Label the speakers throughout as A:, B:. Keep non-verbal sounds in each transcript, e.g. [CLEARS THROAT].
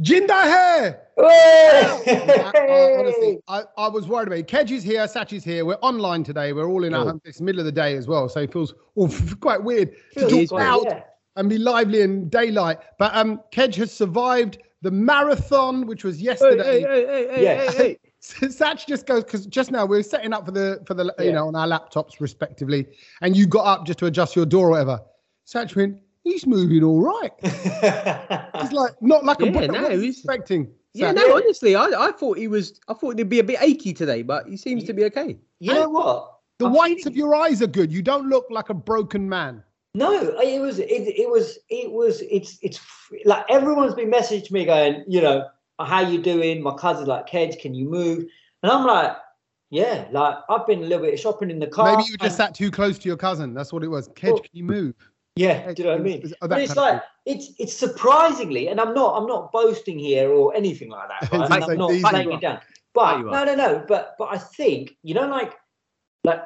A: Jinder here.
B: Uh,
A: I, I, honestly, I, I was worried about it. Kedge is here, Satch is here. We're online today. We're all in our
B: Oh.
A: home. It's middle of the day as well, so it feels all [LAUGHS] quite weird to talk
B: Feels quite-
A: loud
B: yeah.
A: and be lively in daylight. But um, Kedge has survived the marathon, which was yesterday.
B: Yeah.
A: So [LAUGHS] Satch just goes because just now we were setting up for the for the you
B: Yeah.
A: know on our laptops respectively, and you got up just to adjust your door or whatever. Satch went, he's moving all right. He's like not like a
C: Yeah,
A: book.
C: no,
A: I was
C: he's-
A: expecting.
C: Yeah,
A: Satch.
C: no, honestly, I, I thought he was. I thought he'd be a bit achy today, but he seems to
A: [LAUGHS]
C: be okay.
B: [LAUGHS] you know what?
A: The
B: I
A: whites
B: think-
A: of your eyes are good. You don't look like a broken man.
B: No, it was it, it was it was it's it's fr- like everyone's been messaged me going, you know, how you doing? My cousin's like, Kedge, can you move? And I'm like, yeah, like I've been a little bit shopping in the car.
A: Maybe you were just
B: and-
A: sat too close to your cousin. That's what it was. Kedge,
B: Well,
A: can you move?
B: yeah, do you know what
A: It
B: I
A: was- it
B: mean?
A: was- oh, that
B: But it's
A: kind of
B: like it's it's surprisingly, and I'm not I'm not boasting here or anything like
A: [LAUGHS]
B: that. Right?
A: It's
B: And I'm
A: like
B: not
A: these
B: laying
A: are-
B: it down. But
C: you
B: no, no, no. But but I think you know, like like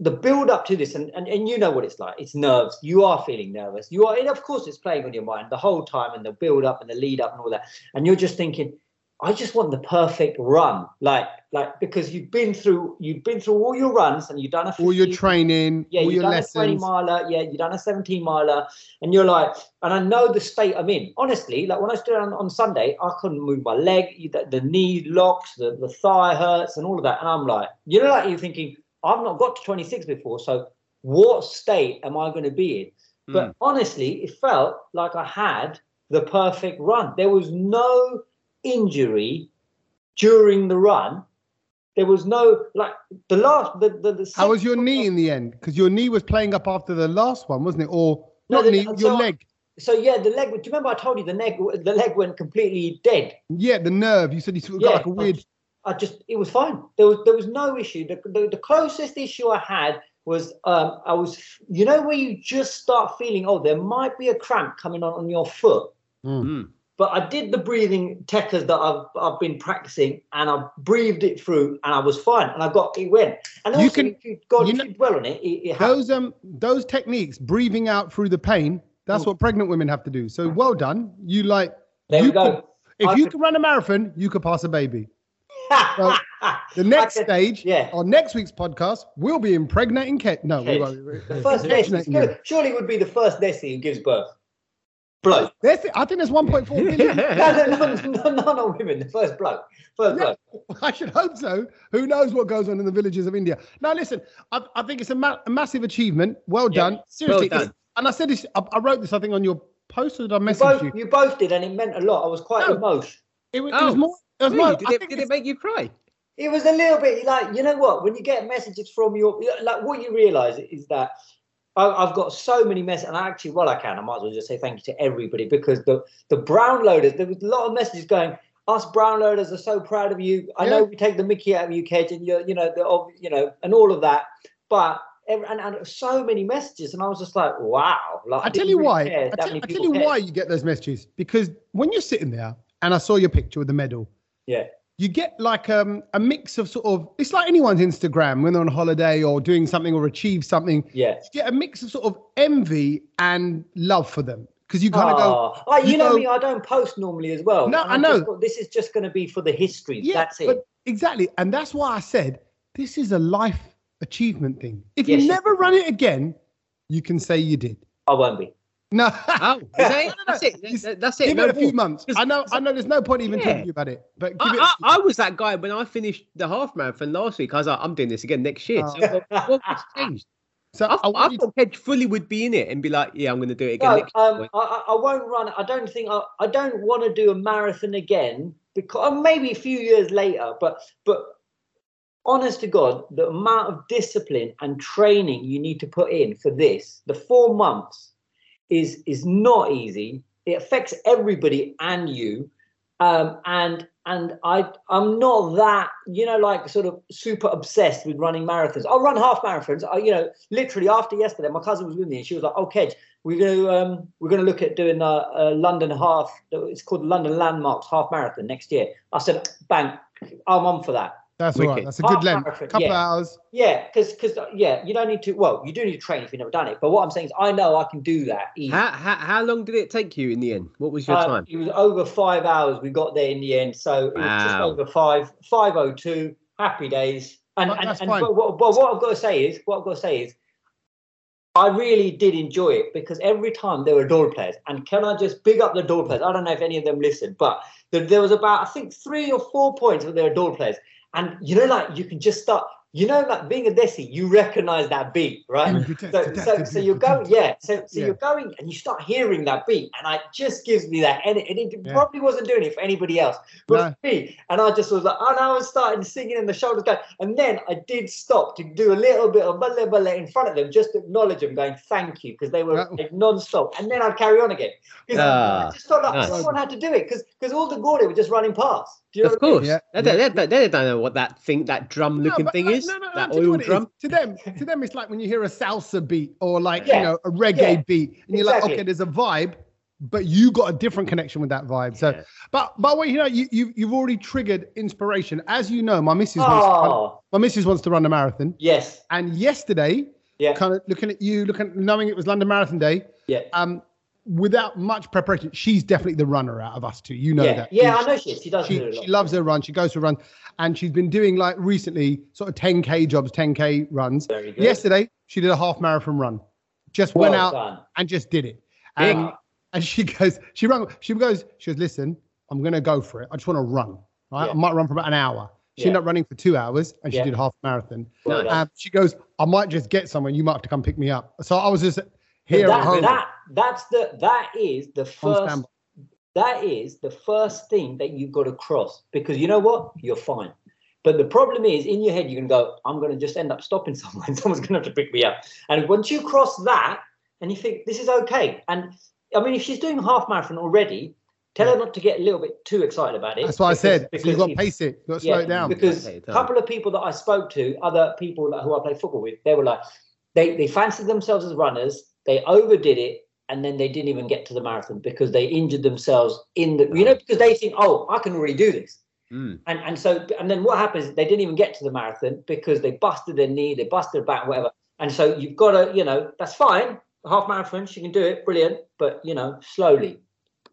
B: the build up to this, and, and and you know what it's like. It's nerves. You are feeling nervous. You are, and of course, it's playing on your mind the whole time, and the build up and the lead up and all that. And you're just thinking, I just want the perfect run, like like because you've been through you've been through all your runs and you've done a
A: all your
B: 50,
A: training,
B: yeah,
A: all
B: you've
A: your
B: done a 20
A: lessons.
B: miler. Yeah, you've done a 17 miler. And you're like, and I know the state I'm in. Honestly, like when I stood on, on Sunday, I couldn't move my leg, the, the knee locks, the, the thigh hurts, and all of that. And I'm like, you know, like you're thinking, I've not got to 26 before. So what state am I going to be in?
A: Hmm.
B: But honestly, it felt like I had the perfect run. There was no injury during the run. There was no like the last the the, the
A: How was
B: sixth-
A: your knee in the end? Because your knee was playing up after the last one, wasn't it? Or
B: No,
A: not
B: the-
A: knee, your
B: so-
A: leg.
B: So yeah, the leg. Do you remember I told you the leg? The leg went completely dead.
A: Yeah, the nerve. You said you sort of got
B: Yeah,
A: like a weird.
B: I just it was fine. There was there was no issue. The, the, the closest issue I had was um I was you know where you just start feeling oh there might be a cramp coming on on your foot.
A: Hmm.
C: Mm.
B: But I did the breathing techers that I've I've been practicing and I breathed it through and I was fine and I got it went. And
A: You
B: also,
A: can-
B: if you God,
A: you
B: if
A: know-
B: you dwell on it, it, it happens.
A: Those um those techniques, breathing out through the pain. That's
B: Mm.
A: what pregnant women have to do. So well done. You like
B: There
A: you
B: we go.
A: if
B: I
A: you
B: could-
A: can run a marathon, you could pass a baby.
B: [LAUGHS]
A: The next
B: could-
A: stage,
B: yeah.
A: on next week's podcast, we'll be impregnating Kate. No, we
B: Kate.
A: won't.
B: The
A: [LAUGHS]
B: first Nessie,
A: Impregnating you.
B: surely- surely it would be the first Nessie who gives birth. Bloke.
A: [LAUGHS] That's it. I think there's 1.4 million.
B: [LAUGHS]
C: [LAUGHS]
B: No, no, no, no, no, no, women. The first bloke. First
A: Yeah.
B: bloke.
A: I should hope so. Who knows what goes on in the villages of India? Now, listen, I, I think it's a, ma- a massive achievement. Well
B: Yeah.
A: done. Seriously.
C: done.
A: it's- And I said this, I, I wrote this, I think, on your post or did I
B: You
A: message
B: both,
A: you?
B: you both did, and it meant a lot. I was quite
A: No.
B: emotional.
A: It, was, it
C: Oh,
A: was more. It was
C: Really?
A: more
C: did,
A: I
C: it,
A: think
C: did
A: it's-
C: it make you cry?
B: It was a little bit like, you know what? When you get messages from your, like, what you realize is that I, I've got so many messages, and I actually, well, I can, I might as well just say thank you to everybody because the, the brown loaders, there was a lot of messages going, us brown loaders are so proud of you. I know
A: Yeah.
B: we take the mickey out of you, Kedge, and you're, you know, the, of- you know, and all of that, but. ev- And, and so many messages, and I was just like, "Wow!" Like,
A: I tell
B: didn't
A: you
B: really
A: why.
B: care
A: I
B: that
A: tell,
B: many
A: I tell
B: people
A: you
B: cared.
A: why you get those messages because when you're sitting there and I saw your picture with the medal,
B: Yeah.
A: you get like um, a mix of sort of it's like anyone's Instagram when they're on holiday or doing something or achieve something.
B: Yeah.
A: You get a mix of sort of envy and love for them because you kind of go,
B: Aw. Oh, you,
A: you
B: know,
A: know-
B: me, I don't post normally as well.
A: No,
B: And
A: I
B: I'm just
A: know.
B: thought, this is just going to be for the history.
A: yeah,
B: That's it.
A: but- exactly, and that's why I said this is a life achievement thing. If
B: Yes,
A: you
B: it
A: never run it again, you can say you did. [LAUGHS]
B: I won't be.
A: [LAUGHS] No.
C: Oh, is that, that's it. that- That's it.
A: [LAUGHS] Give
C: no
A: it a
C: more.
A: few months. I know. I know. There's no point even
C: Yeah.
A: talking about it. But give it.
C: I, I, I was that guy when I finished the half marathon last week. I was like, I'm doing this again next year.
A: Oh.
C: So what, what has
A: [LAUGHS]
C: changed?
A: So
C: I,
A: I,
C: thought-
A: want
C: I
A: you
C: thought Hedge fully would be in it and be like, yeah, I'm going to do it again
B: No,
C: next
B: um,
C: year.
B: I, I I won't run. I don't think I, I don't want to do a marathon again because or maybe a few years later. But but honest to God, the amount of discipline and training you need to put in for this, the four months, is is not easy. It affects everybody and you. Um, and and I I'm not that you know like sort of super obsessed with running marathons. I'll run half marathons. I, you know, literally after yesterday, my cousin was with me and she was like, "Oh, Kedge, we're gonna um, we're gonna look at doing a, a London half. It's called the London Landmarks Half Marathon next year." I said, "Bang, I'm on for that."
A: That's all right.
C: Wicked.
A: That's a good
B: Half
A: length.
B: marathon,
A: Couple of
B: Ah, yeah. [LAUGHS]
A: hours.
B: Yeah, because because yeah, you don't need to. Well, you do need to train if you've never done it. But what I'm saying is, I know I can do that. Easy.
C: How, how how long did it take you in the end? What was your
B: Uh,
C: time?
B: It was over five hours. We got there in the end, so it was just
C: Wow.
B: over five five oh two. Happy days. And
A: But
B: and,
A: that's
B: and
A: fine.
B: but what, but what I've got to say is, what I've got to say is, I really did enjoy it because every time there were door players, and can I just big up the door players? I don't know if any of them listen, but there, there was about I think three or four points where there were door players, and you know, like you can just start. You know, like being a desi, you recognize that beat, right?
A: Being
B: so,
A: protected,
B: so, so
A: protected,
B: you're going,
A: protected.
B: yeah. So, so
A: Yeah.
B: you're going, and you start hearing that beat, and it just gives me that. And it, and it
A: Yeah.
B: probably wasn't doing it for anybody else, but
A: No.
B: for me. And I just was like, and I was starting singing, and the shoulders going. And then I did stop to do a little bit of bale bale in front of them, just to acknowledge them, going thank you, because they were
A: Wow.
B: like non-stop. And then I'd carry on again. 'Cause
C: Ah,
B: I just felt like
C: nice.
B: someone had to do it, because because all the Gordy were just running past. Do you know
C: Of
B: what I mean?
C: course,
A: Yeah.
C: They, they- they- they don't know what that thing, that
A: No,
C: drum-looking
A: but
C: thing
A: like-
C: is,
A: no, no, no,
C: that
A: do you know
C: oil
A: what it is?
C: drum.
A: To them, to them, it's like when you hear a salsa beat or like
B: Yeah.
A: you know a reggae
B: Yeah.
A: beat, and you're like,
B: Exactly.
A: okay, there's a vibe, but you got a different connection with that vibe. So,
C: Yeah.
A: but but what you know, you you you've already triggered inspiration. As you know, my missus wants
B: Oh,
A: my missus wants to run the marathon,
B: yes,
A: and yesterday,
B: yeah,
A: kind of looking at you, looking knowing it was London Marathon Day,
B: yeah.
A: um, without much preparation, she's definitely the runner out of us two. You know
B: yeah,
A: that.
B: yeah,
A: She-
B: I know she is. She does do
A: she,
B: it a lot.
A: she loves her run. She goes for runs, and she's been doing like recently sort of 10k jobs, 10k runs.
B: Very good.
A: Yesterday, she did a half marathon run. Just
B: Well
A: went out
B: done.
A: and just did it.
C: Big.
B: Um,
A: And, and she goes, she run, she goes, she goes, listen, I'm gonna go for it. I just want to run. Right?
B: Yeah.
A: I might run for about an hour. She ended
B: Yeah.
A: up running for two hours and she
B: Yeah.
A: did half marathon.
B: Well
C: Nice.
B: done.
A: Um, she goes, I might just get someone. You might have to come pick me up. So I was just
B: But
A: here at
B: that,
A: home.
B: that that's the that is the
A: On
B: first
A: standby.
B: that is the first thing that you've got to cross because you know what you're fine but the problem is in your head you can go i'm going to just end up stopping someone [LAUGHS] someone's going to have to pick me up and once you cross that and you think this is okay and i mean if she's doing half marathon already tell her not to get a little bit too excited about it
A: That's what I
B: because-
A: said. So you've got to
B: if-
A: pace it, you've got to slow it down.
B: because
C: Okay,
B: a
C: done.
B: couple of people that I spoke to, other people that- who I play football with, they were like, they, they fancied themselves as runners, they overdid it, and then they didn't even get to the marathon because they injured themselves in the, you know, because they think, oh, I can already do this.
C: Mm.
B: And, and so, and then what happens, is they didn't even get to the marathon because they busted their knee, they busted their back, whatever. And so you've got to, you know, that's fine. Half marathon, she can do it, brilliant. But, you know, slowly,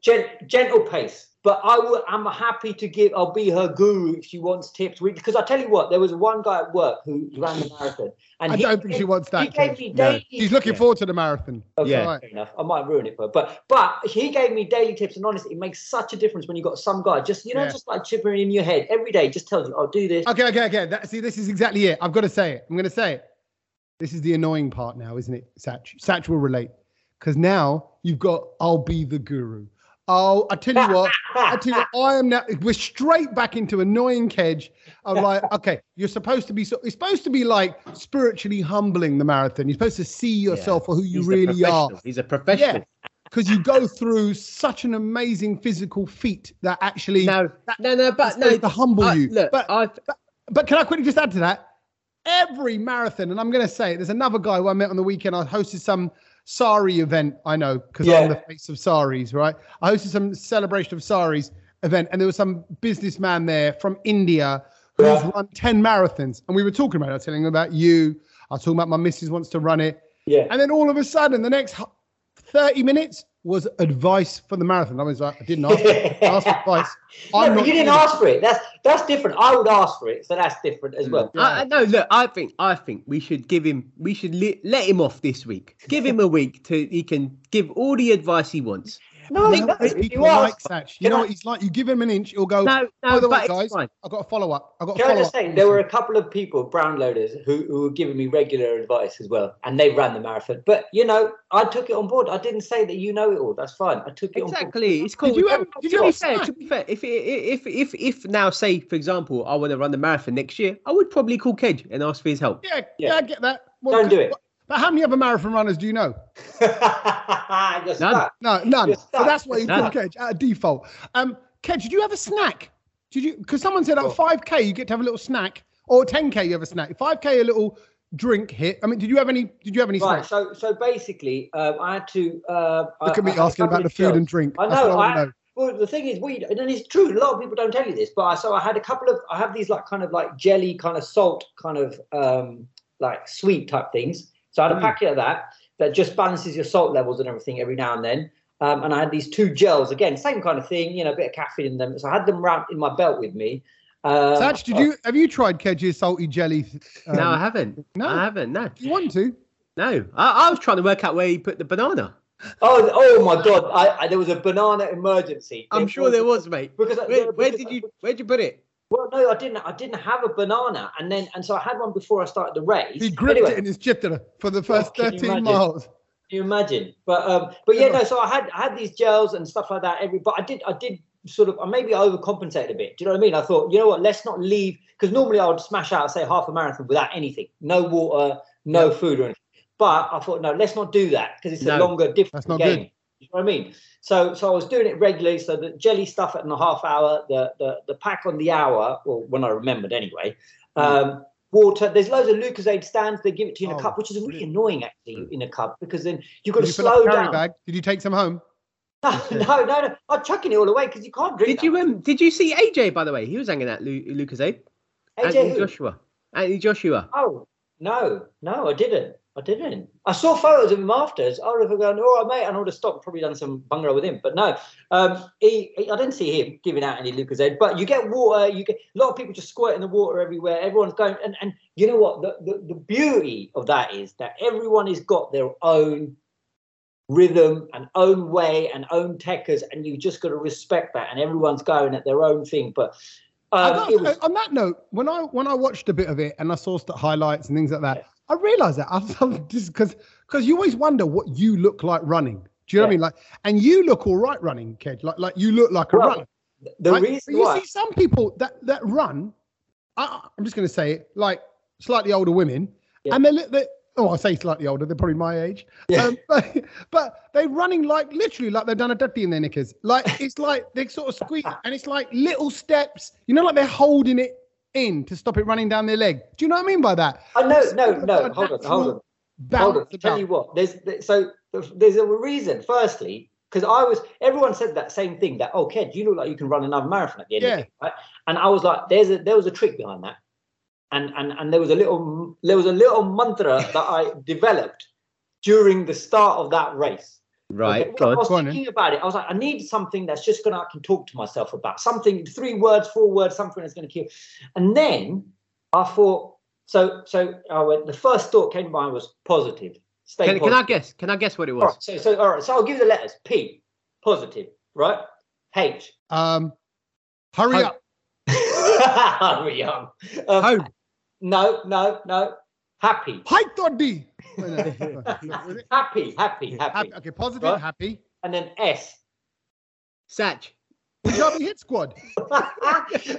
B: Gen- gentle pace. But I will, I'm happy to give, I'll be her guru if she wants tips. We- Because I tell you what, there was one guy at work who ran the marathon. And
A: I
B: he-
A: don't think she wants
B: He
A: that.
B: gave
A: Kev.
B: me
C: No.
B: daily.
A: She's looking
C: Yeah.
A: forward to the marathon.
B: Okay,
C: Yeah.
B: fair enough. I might ruin it for her, but but he gave me daily tips, and honestly, it makes such a difference when you got some guy just you know
A: Yeah.
B: just like chippering in your head every day, just tells you, "I'll do this."
A: Okay, okay, okay. That, see, this is exactly it. I've got to say it. I'm going to say it. This is the annoying part now, isn't it, Satch? Satch will relate. Because now you've got, I'll be the guru. Oh, I tell you what, I tell you what, I am now, we're straight back into annoying kedge of like, okay, you're supposed to be, so, it's supposed to be like spiritually humbling the marathon. You're supposed to see yourself for who you
C: He's a
A: really are.
C: professional. He's a professional.
A: Because you go through such an amazing physical feat that actually
C: No, no, no,
A: is
C: but no.
A: supposed to humble
C: I-
A: you.
C: Look,
A: but
C: I
A: but can I quickly just add to that? Every marathon, and I'm going to say it, there's another guy who I met on the weekend. I hosted some sari event, I know, because
B: Yeah.
A: I'm the face of saris, right? I hosted some celebration of saris event, and there was some businessman there from India who's
B: Yeah.
A: run 10 marathons. And we were talking about it. I was telling him about you. I was talking about my missus wants to run it.
B: yeah,
A: And then all of a sudden, the next hu- 30 minutes was advice for the marathon. I was like, I didn't ask, for- ask for advice.
B: [LAUGHS] No,
A: I'm
B: but
A: not
B: you didn't
A: doing it.
B: ask for it. That's that's different. I would ask for it, so that's different as well.
A: Mm.
C: I, I- no, look, I think I think we should give him we should li- let him off this week. Give him a week to he can give all the advice he wants.
B: No,
A: You know,
B: that's
A: people
B: you ask.
A: like Satch. You
B: Can
A: know
B: I-
A: what he's like? You give him an inch, he'll go.
C: No,
A: Oh, By
C: no,
A: the
C: but
A: way,
C: it's
A: guys,
C: fine.
A: I've got a follow up. I've got a
B: Can I
A: follow
B: just
A: up.
B: say there were a couple of people, brown loaders, who, who were giving me regular advice as well, and they ran the marathon. But you know, I took it on board. I didn't say that you know it all. That's fine. I took it on [LAUGHS] board.
C: Exactly, it's cool.
A: you have-
C: To
A: did you
C: be
A: have
C: fair, to be fair, if if if if now say for example I want to run the marathon next year, I would probably call Kedge and ask for his help.
A: Yeah, yeah,
B: Yeah.
A: I get that.
B: Don't do it.
A: But how many other marathon runners do you know?
B: You're stuck.
A: No, none.
B: You're
A: So
B: stuck.
A: that's why you call
C: None.
A: Kedge out of default. Um, Kedge, did you have a snack? Did you? Because someone said at
B: Sure.
A: 5k you get to have a little snack, or 10k you have a snack. 5k a little drink hit. I mean, did you have any? Did you have any
B: Right.
A: snacks?
B: So so basically, um, I had to. Uh,
A: Look at me asking about the food and drink.
B: I
A: That's what
B: know,
A: I want
B: I-
A: to know.
B: Well, the thing is, we and it's true. A lot of people don't tell you this, but I so I had a couple of I have these like kind of like jelly kind of salt kind of um like sweet type things. So I had a
A: Mm.
B: packet of that that just balances your salt levels and everything every now and then. Um, and I had these two gels again, same kind of thing, you know, a bit of caffeine in them. So I had them wrapped in my belt with me. Um,
A: Satch, did you have you tried Kedge's salty jelly? um,
C: no, I haven't.
A: no?
C: I haven't. No,
A: Do you want to?
C: no. I, I was trying to work out where he put the banana.
B: Oh, oh my God! I, I, there was a banana emergency.
C: I'm
B: It
C: sure there was, mate.
B: Because I-
C: Where, where
B: because
C: did
B: I-
C: you where'd you put it?
B: Well, no, I didn't. I didn't have a banana, and then and so I had one before I started the race.
A: He gripped
B: Anyway, Oh,
A: it in his jitter for the first
B: can you
A: 13
B: imagine?
A: miles.
B: Can you imagine? But um, but yeah, no. So I had I had these gels and stuff like that. Every but I did I did sort of maybe I overcompensated a bit. Do you know what I mean? I thought you know what? Let's not leave because normally I would smash out say half a marathon without anything, no water, no food or anything. But I thought no, let's not do that because it's a
C: No,
B: longer different
A: that's not
B: game.
A: good.
B: You know what I mean? So so I was doing it regularly. So the jelly stuff at the half hour, the the the pack on the hour, well when I remembered anyway. Um, water. There's loads of Lucasade stands. They give it to you in a
A: Mm. Oh,
B: cup, which is really
A: brilliant.
B: annoying actually in a cup because then you've got
A: Did
B: to
A: you fill up a
B: slow
A: carry
B: down. [LAUGHS]
A: bag? Did you take some home?
B: No, no, no, no. I'm chucking it all away because you can't drink.
C: Did
B: that.
C: you um? Did you see AJ by the way? He was hanging out Lu- Lucas Aid.
B: AJ,
C: Anthony
B: who?
C: Joshua. Anthony Joshua.
B: Oh no, no, I didn't. I didn't. I saw photos of him afterwards. I would have gone, all right, mate, and I would have stopped, probably done some bungalow with him. But no, um, he, he- I didn't see him giving out any Lucas Aid. But you get water, you get a lot of people just squirting the water everywhere. Everyone's going, and, and you know what? The, the, the beauty of that is that everyone has got their own rhythm and own way and own techers, and you just got to respect that. And everyone's going at their own thing. But
A: I
B: um,
A: got-
B: it was,
A: on that note, when I when I watched a bit of it and I saw st- highlights and things like that, I realized that I was just because because you always wonder what you look like running. Do you know what I
B: Yeah.
A: mean? Like, and you look all right running, Kedge. Like, like you look like a
B: Well,
A: runner.
B: the
A: right? But
B: reason
A: you
B: why.
A: see some people that that run. I, I'm just going to say it like slightly older women,
B: Yeah.
A: and they look they Oh, I say slightly older. They're probably my age.
B: Yeah.
A: Um, [LAUGHS] but, but they're running like literally like they've done a dirty in their knickers.
B: [LAUGHS]
A: Like it's like they sort of squeeze, and it's like little steps. You know, like they're holding it in to stop it running down their leg. Do you know what I mean by that?
B: Oh no, no,
A: It's
B: no!
A: a
B: Hold on, hold
A: natural
B: on,
A: Balance
B: hold on. Tell
A: about-
B: you what, there's there- so there's a reason. Firstly, because I was everyone said that same thing that oh, Ked, you look like you can run another marathon at the end of
A: Yeah.
B: it, right? And I was like, there's a there was a trick behind that, and and and there was a little there was a little mantra that I developed during the start of that race.
C: Right.
B: Okay,
C: Go
B: well, I
C: on.
B: was
A: Go on then.
B: thinking about it. I was like, I need something that's just gonna I can talk to myself about something, three words, four words, something that's gonna kill. And then I thought, so so I went, the first thought came to mind was positive. Stay
C: Can, can I
B: positive.
C: guess? Can I guess what it
B: all right,
C: was?
B: so so all right, so I'll give you the letters. P, positive, right? H. [LAUGHS]
A: Um, hurry
C: Home.
A: up.
B: Hurry up. Um,
C: Home.
B: No, no, no. Happy.
A: Hi,
B: [LAUGHS]
A: Toddy. No, no, no, no.
B: Happy, happy, happy.
A: Happy- Okay, positive,
B: Right.
A: happy.
B: And then S. [LAUGHS]
C: Satch.
A: Punjabi hit squad.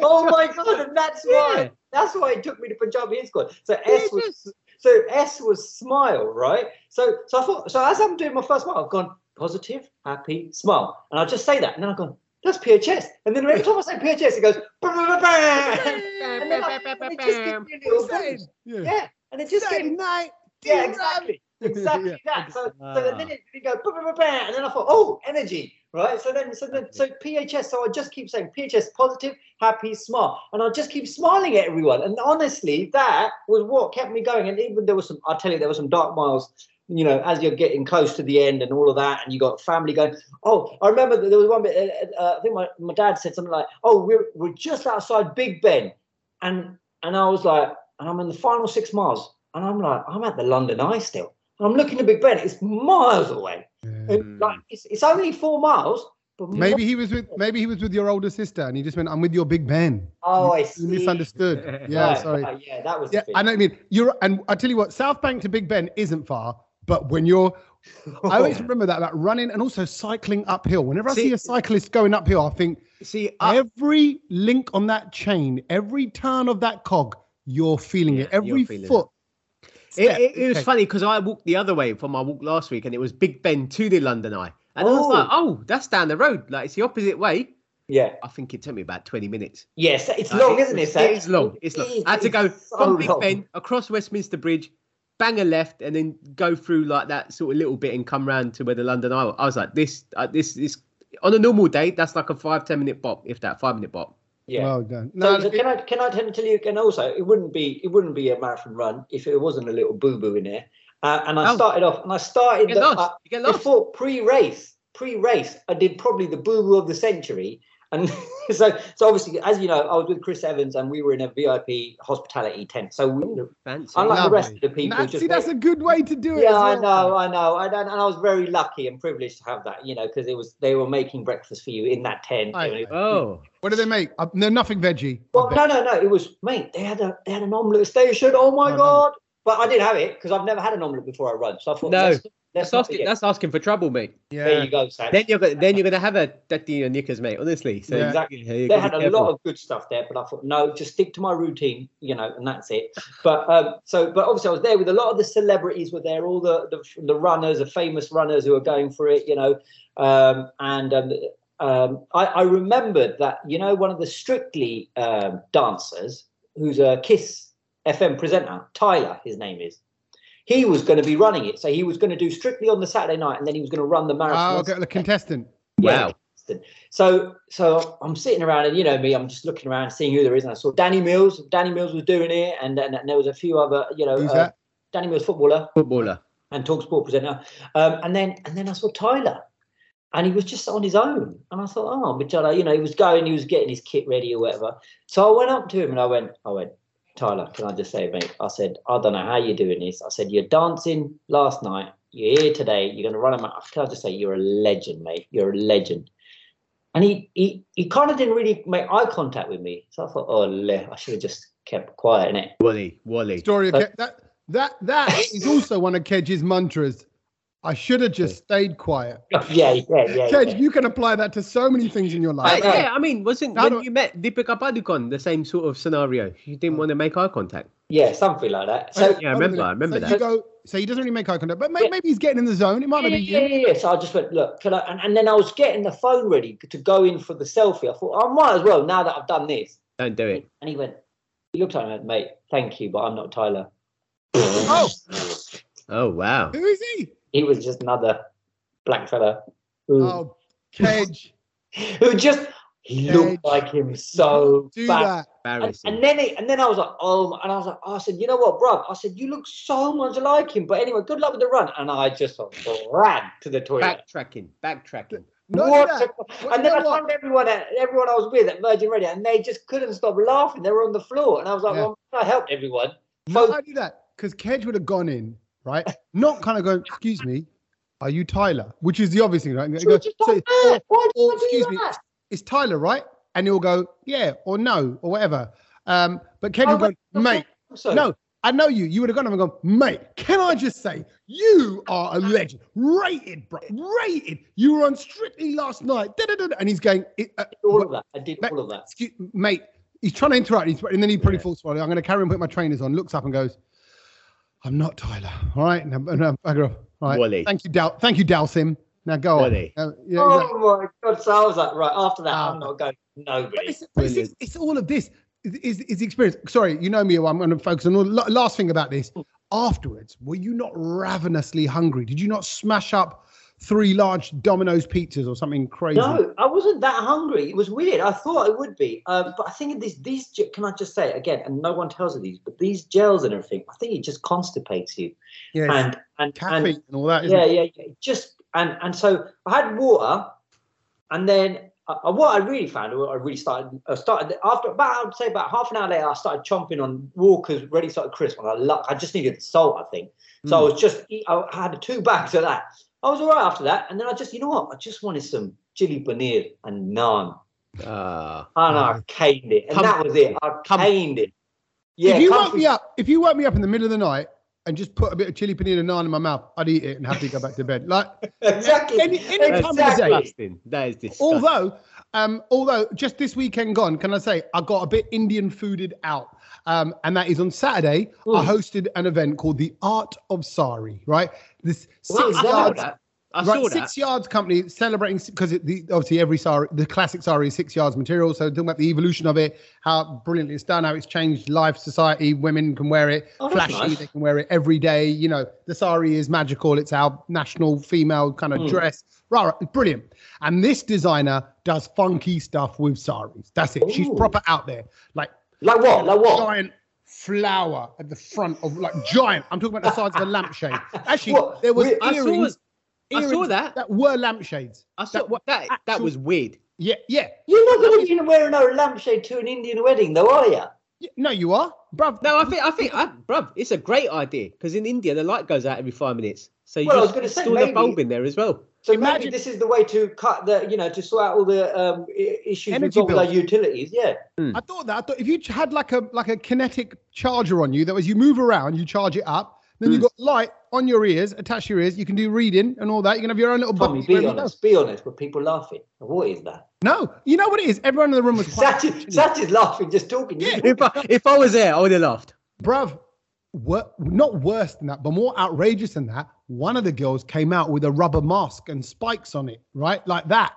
B: oh my god, and that's
C: Yeah.
B: why that's why it took me to Punjabi Hit Squad. So S
C: Yeah,
B: was so S was smile, right? So so I thought so as I'm doing my first smile, I've gone positive, happy, smile. And I just say that, and then I've gone, that's PHS. And then every time I say PHS, it goes "Bah, bah, bah, bah." And then I- and it just gives me a little boost.
A: Yeah.
B: Yeah, and it just gives
A: Saturday night.
B: yeah,
A: Team
B: exactly. Exactly
A: Yeah,
B: that. So, so
C: Ah.
B: then it you go, bah, bah, bah, bah, and then I thought, oh, energy, right? So then, so then, so PHS. So I just keep saying PHS, positive, happy, smart, and I just keep smiling at everyone. And honestly, that was what kept me going. And even there was some, I tell you, there were some dark miles. You know, as you're getting close to the end and all of that, and you got family going. Oh, I remember that there was one bit. Uh, uh, I think my, my dad said something like, "Oh, we're we're just outside Big Ben," and and I was like, and I'm in the final six miles, and I'm like, I'm at the London Eye still. And I'm looking at Big Ben, it's miles away.
A: Yeah.
C: Hmm.
B: And,
C: Mm.
B: like it's, it's only four miles, but
A: Maybe he was with maybe he was with your older sister and he just went, I'm with your big man.
B: Oh, I
A: You
B: see.
A: misunderstood. Yeah,
B: Right,
A: sorry.
B: right, yeah, that was
A: Yeah,
B: the
A: I know what you mean. You're and I tell you what, South Bank to Big Ben isn't far, but when you're I always remember that about running and also cycling uphill. Whenever I
C: See- Ah.
A: see a cyclist going uphill, I think
C: See, I,
A: every link on that chain, every turn of that cog, you're feeling it.
C: Yeah, you're
A: Every
C: feeling it.
A: foot.
C: it,
A: step
C: it, it was
A: takes.
C: funny because I walked the other way from my walk last week, and it was Big Ben to the London Eye, and I was
B: Oh.
C: like, "Oh, that's down the road. Like it's the opposite way."
B: yeah.
C: I think it took me about twenty minutes.
B: Yes, it's
C: Like,
B: long, isn't it?
C: was-
B: Seth?
C: It is long. It's long. I had to
B: It
C: go
B: is so
C: from Big
B: long.
C: Ben across Westminster Bridge, bang a left, and then go through like that sort of little bit and come round to where the London Eye. was. I was like, "This, uh, this, this." on a normal day, that's like a five ten minute bop, if that five minute bop.
B: Yeah.
A: Well done. No,
B: so, so
A: it-
B: can I can I tell, tell you again? Also, it wouldn't be it wouldn't be a marathon run if it wasn't a little boo boo in there. Uh, and I
C: Oh.
B: started off, and I started
C: You get
B: the,
C: lost.
B: I-
C: you get lost.
B: before pre-race, pre-race, I did probably the boo-boo of the century. And [LAUGHS] so, so obviously, as you know, I was with Chris Evans, and we were in a VIP hospitality tent. So, we,
C: Fancy.
B: unlike the
A: Lovely.
B: rest of the people,
A: Nah,
B: just
A: see, that's a good way to do it.
B: yeah,
A: as
B: I
A: well.
B: know, I know, I don't, and I was very lucky and privileged to have that, you know, because it was they were making breakfast for you in that tent.
A: Aye,
B: you know.
A: aye.
C: oh,
A: What do they make? Uh, no, nothing veggie. I
B: Well,
A: bet.
B: no, no, no, it was mate. They had a they had an omelette station. Oh my
A: No, no.
B: god! But I didn't have it because I've never had an omelette before I run. So I thought,
C: No.
B: let's, let's
C: that's
B: not
C: asking.
B: forget.
C: That's asking for trouble, mate.
A: yeah.
B: There you go, Sam.
C: Then you're gonna then you're gonna have a daddy in your knickers, mate. Honestly. So
A: Yeah.
B: Exactly.
C: yeah, you
B: they
C: gotta
B: had
C: be
B: a
C: careful.
B: lot of good stuff there, but I thought no, just stick to my routine, you know, and that's it. But um, so, but obviously, I was there with a lot of the celebrities were there, all the the, the runners, the famous runners who were going for it, you know, um, and um, um, I, I remembered that you know one of the strictly um, dancers who's a Kiss FM presenter, Tyler, his name is. He was going to be running it, so he was going to do strictly on the Saturday night, and then he was going to run the marathon.
A: Ah,
B: on
C: Oh,
A: okay, the
B: [LAUGHS]
A: contestant.
B: yeah.
C: Wow.
B: So so I'm sitting around and you know me, I'm just looking around seeing who there is. And I saw Danny Mills. Danny Mills was doing it, and and, and there was a few other, you know,
A: Who's
B: uh,
A: that?
B: Danny Mills footballer
C: Footballer.
B: and talk sport presenter. Um, and then and then I saw Tyler. And he was just on his own. And I thought, oh, but Tyler, you know, he was going, he was getting his kit ready or whatever. So I went up to him and I went, I went, Tyler, can I just say, mate? I said, I don't know how you're doing this. I said, you're dancing last night. You're here today. You're going to run a marathon. Can I just say, you're a legend, mate. You're a legend. And he he, he kind of didn't really make eye contact with me. So I thought, oh, le, I should have just kept quiet in it.
C: Wally. Wally.
A: Story of
B: Uh,
A: Ke- that. That that is also one of Kedge's mantras. I should have just stayed quiet.
B: yeah, yeah, yeah. yeah.
A: Kedge, you can apply that to so many things in your
C: I,
A: life.
B: Right.
C: yeah, I mean, wasn't
A: How
C: when
A: do-
C: you met Deepika Padukone the same sort of scenario? She didn't want to make eye contact.
B: Yeah, something like that. So
C: Yeah, I remember. I remember
A: so
C: that.
A: You go, so he doesn't really make eye contact, but may-
B: Yeah.
A: maybe he's getting in the zone. It might not
B: yeah,
A: be
B: yeah,
A: you.
B: yeah, yeah. So I just went, look, can I? And, and then I was getting the phone ready to go in for the selfie. I thought, I might as well now that I've done this.
C: Don't do it.
B: And he went, he looked at me, and went, mate, thank you, but I'm not Tyler.
A: [LAUGHS] Oh,
C: Oh wow.
A: who is he?
B: He was just another black fella who,
A: Oh,
B: [LAUGHS]
A: Kedge.
B: who just he
A: Yeah,
B: looked like him so
A: Do
B: bad.
A: that.
B: And,
C: Embarrassing.
B: and then it, and then I was like, oh, my- and I was like, I said, you know what, bruv? I said, you look so much like him. But anyway, good luck with the run. And I just ran to the toilet.
C: backtracking. Backtracking.
A: Not
B: What
A: that.
B: the-
A: Well,
B: and then
A: you
B: I
A: know what?
B: found everyone at everyone I was with at Virgin Radio, and they just couldn't stop laughing. They were on the floor, and I was like,
A: Yeah.
B: "Well, I helped everyone."
A: Not
B: Fo-
A: only that, because Kedge would have gone in, right? Not kind of going, excuse me, are you Tyler? Which is the obvious thing, right? And
B: She
A: go,
B: was just
A: "So-
B: like that. Why did
A: or-
B: you do
A: excuse me,
B: that?
A: it's Tyler, right? And he'll go, yeah, or no, or whatever. Um, but Kedge
B: I
A: would
B: went,
A: go, mate,
B: "I'm sorry."
A: no, I know you. You would have gone up and gone, mate, can I just say, you are a legend. Rated, bro. Rated. You were on Strictly last night. Da-da-da-da. And he's going, it, uh,
B: all of that. I did
A: Mate.
B: all of that.
A: excuse, mate, he's trying to interrupt, he's, and then he probably
C: Yeah.
A: falls forward. I'm going to carry on putting my trainers on, looks up and goes, I'm not Tyler. All right. And I'm, and I'm, bugger off. All right.
C: Wally.
A: Thank you, Dow. Thank you, Dowsim. Now go
C: Wally.
A: on. Uh, yeah, exactly.
B: Oh my god! So I was like, right after that,
A: Ah.
B: I'm not going.
A: But
B: Nobody.
A: it's, but it's, it's, it's all of this is is the experience. Sorry, you know me. I'm going to focus on all. la- Last thing about this. Afterwards, were you not ravenously hungry? Did you not smash up three large Domino's pizzas or something crazy?
B: No, I wasn't that hungry. It was weird. I thought it would be, um, but I think these these. ge- Can I just say again? And no one tells you these, but these gels and everything. I think it just constipates you.
A: Yes.
B: And and
A: caffeine
B: and
A: and, all that. Isn't
B: yeah,
A: it?
B: yeah, yeah. Just and and so I had water, and then uh, what I really found, what I really started, I started after about I'd say about half an hour later, I started chomping on Walker's ready started crisp, and I lo- I just needed salt, I think. So
A: Hmm.
B: I was just eat, I had two [LAUGHS] bags of that. I was all right after that, and then I just you know what, I just wanted some chili paneer and naan,
C: Ah.
B: and
A: Hmm.
B: I caned it, and that was it. I
C: Come-
B: caned it. Yeah,
A: if you woke
B: comfy-
A: me up, if you woke me up in the middle of the night and just put a bit of chili panini and naan in my mouth, I'd eat it and happily go back to bed.
C: [LAUGHS]
A: Like
B: [LAUGHS] exactly.
A: Any- any time of the
B: exactly.
A: day.
C: disgusting. That is disgusting.
A: although um although just this weekend gone can i say i got a bit indian fooded out um and that is on saturday i
B: Mm.
A: hosted an event called the art of sari right this
B: Well,
A: six
B: I know
A: yards
B: that.
C: I
A: right,
C: saw that.
A: six yards company celebrating because the, obviously every sari, the classic sari is six yards material. So talking about the evolution of it, how brilliantly it's done, how it's changed life, society. Women can wear it,
B: Oh, that's
A: flashy.
B: nice.
A: They can wear it every day. You know, the sari is magical. It's our national female kind of
B: Mm.
A: dress. Right, right, it's brilliant. And this designer does funky stuff with saris. That's it. She's
B: Ooh.
A: proper out there. Like
B: Like what? Like what?
A: giant flower at the front of like giant. I'm talking about the size of a lampshade. Actually,
B: What?
A: there was
B: Wait,
C: I saw,
A: earrings
C: I saw
A: earrings
C: that.
A: that were lampshades.
C: I saw
A: that
C: that.
A: were
C: That,
A: actual-
C: was weird.
A: Yeah, yeah.
B: You're not going to be wearing no lampshade to an Indian wedding, though, are you?
A: Yeah, No, you are, bruv.
C: No, I think I think, I, bruv, it's a great idea because in India the light goes out every five minutes, so you
B: Well, I was
C: just
B: gonna say,
C: store the
B: maybe-
C: bulb in there as well.
B: So
A: Imagine-
B: maybe this is the way to cut the, you know, to sort out all the um, i- issues
A: Energy
B: we've got with
A: bills.
B: our utilities. Yeah.
A: I thought that. I thought if you had like a like a kinetic charger on you, that was you move around, you charge it up. Then you
B: Hmm.
C: Mm.
A: got light on your ears, attached to your ears. You can do reading and all that. You can have your own little
B: Tommy,
A: button.
B: be
A: wherever you
B: honest. Be honest. Were people laughing? What is that?
A: go. No, you know what it is. Everyone in the room
B: [LAUGHS]
A: was
B: Satch
A: quite
B: is, Satch is laughing just talking.
A: Yeah.
C: If I, if I was there, I would have laughed.
A: bruv, wor- not worse than that, but more outrageous than that. One of the girls came out with a rubber mask and spikes on it, right, like that,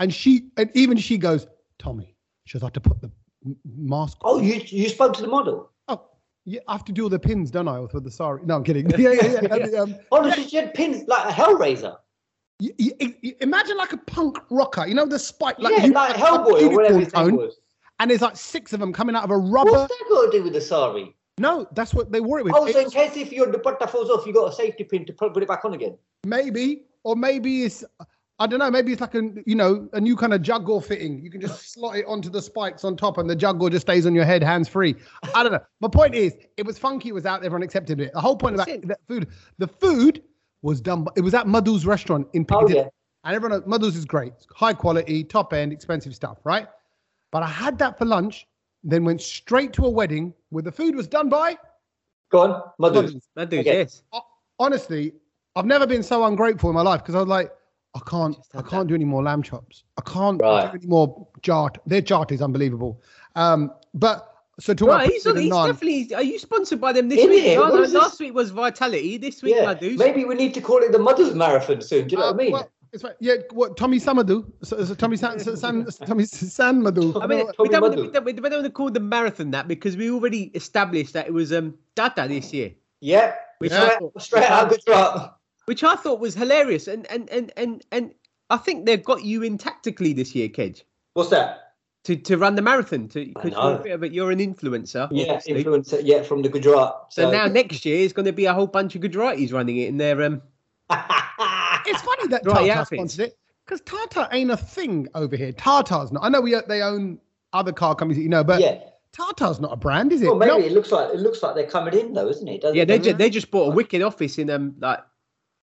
A: and she, and even she goes, Tommy, she'll have to put the m- mask.
B: Oh,
A: on.
B: you you spoke to the model.
A: Oh, yeah, I have to do all the pins, don't I? With the sorry, no, I'm kidding. [LAUGHS] Yeah, yeah, yeah.
B: [LAUGHS]
A: And, um,
B: Honestly, she had pins like a Hellraiser.
A: you- you- you- imagine like a punk rocker, you know, the spike, like,
B: yeah,
A: you-
B: like
A: a
B: Hellboy or
A: unicorn
B: whatever his name
A: cone,
B: was.
A: and there's like six of them coming out of a rubber.
B: What's that got to do with the sari?
A: No, that's what they wore it with.
B: Oh,
A: It
B: so in
A: was-
B: case if your dupatta falls off, you got a safety pin to put put it back on again.
A: Maybe, or maybe it's I don't know. Maybe it's like a you know a new kind of juggle fitting. You can
B: [LAUGHS]
A: just slot it onto the spikes on top, and the juggle just stays on your head, hands free. I don't know. My point is, it was funky. It was out. Everyone accepted it. The whole point about
C: That's it.
A: that food, the food was done. By, it was at Madhu's restaurant in
B: Oh
A: Piccadilly,
B: yeah.
A: and everyone Madhu's is great, It's high quality, top end, expensive stuff, right? But I had that for lunch, then went straight to a wedding where the food was done by
B: Go on, Madhu.
A: Madhu's.
C: That dude,
B: Okay.
C: yes.
A: honestly, I've never been so ungrateful in my life because I was like, I can't,
C: Just
A: I
C: had
A: can't do any more lamb chops. I can't
B: Right.
A: do any more jart. Their jart is unbelievable. Um, but so to
C: Right, he's, on, he's
A: none.
C: definitely. Are you sponsored by them this
B: Isn't
C: week?
B: it?
C: Last-
B: What is this?
C: last week was Vitality. This week,
B: Yeah.
C: Madhu's.
B: Maybe we need to call it the Mother's Marathon soon. Do you know
A: Uh,
B: what I mean?
A: well, it's like- yeah, what Tommy Samadu, so, so Tommy San, so, San, Tommy San Madu.
C: I mean,
B: Tommy
C: we don't, want to,
B: Madhu.
C: we, don't, we don't want to call the marathon that because we already established that it was um Dada this year,
B: yeah.
C: which
A: Yeah.
C: I
B: Straight,
C: thought,
B: straight out of Gujarat.
C: which I thought was hilarious, and and and and and I think they've got you in tactically this year, Kedge,
B: What's that?
C: to, to run the marathon. To because you're,
B: know.
C: a bit of a- you're an influencer,
B: Yeah,
C: obviously.
B: influencer. Yeah, from the Gujarat.
C: so now
B: [LAUGHS]
C: next year it's going to be a whole bunch of Gujaratis running it in their um.
A: It's funny that
C: Right,
A: Tata
C: yeah, I think.
A: sponsored it because Tata ain't a thing over here. Tata's not. I know we they own other car companies that you know, but
B: yeah.
A: Tata's not a brand, is it?
B: Well, maybe
A: No.
B: it looks like it looks like they're coming in though, isn't it? Doesn't
C: Yeah,
B: it?
C: they just, they just bought a wicked office in um like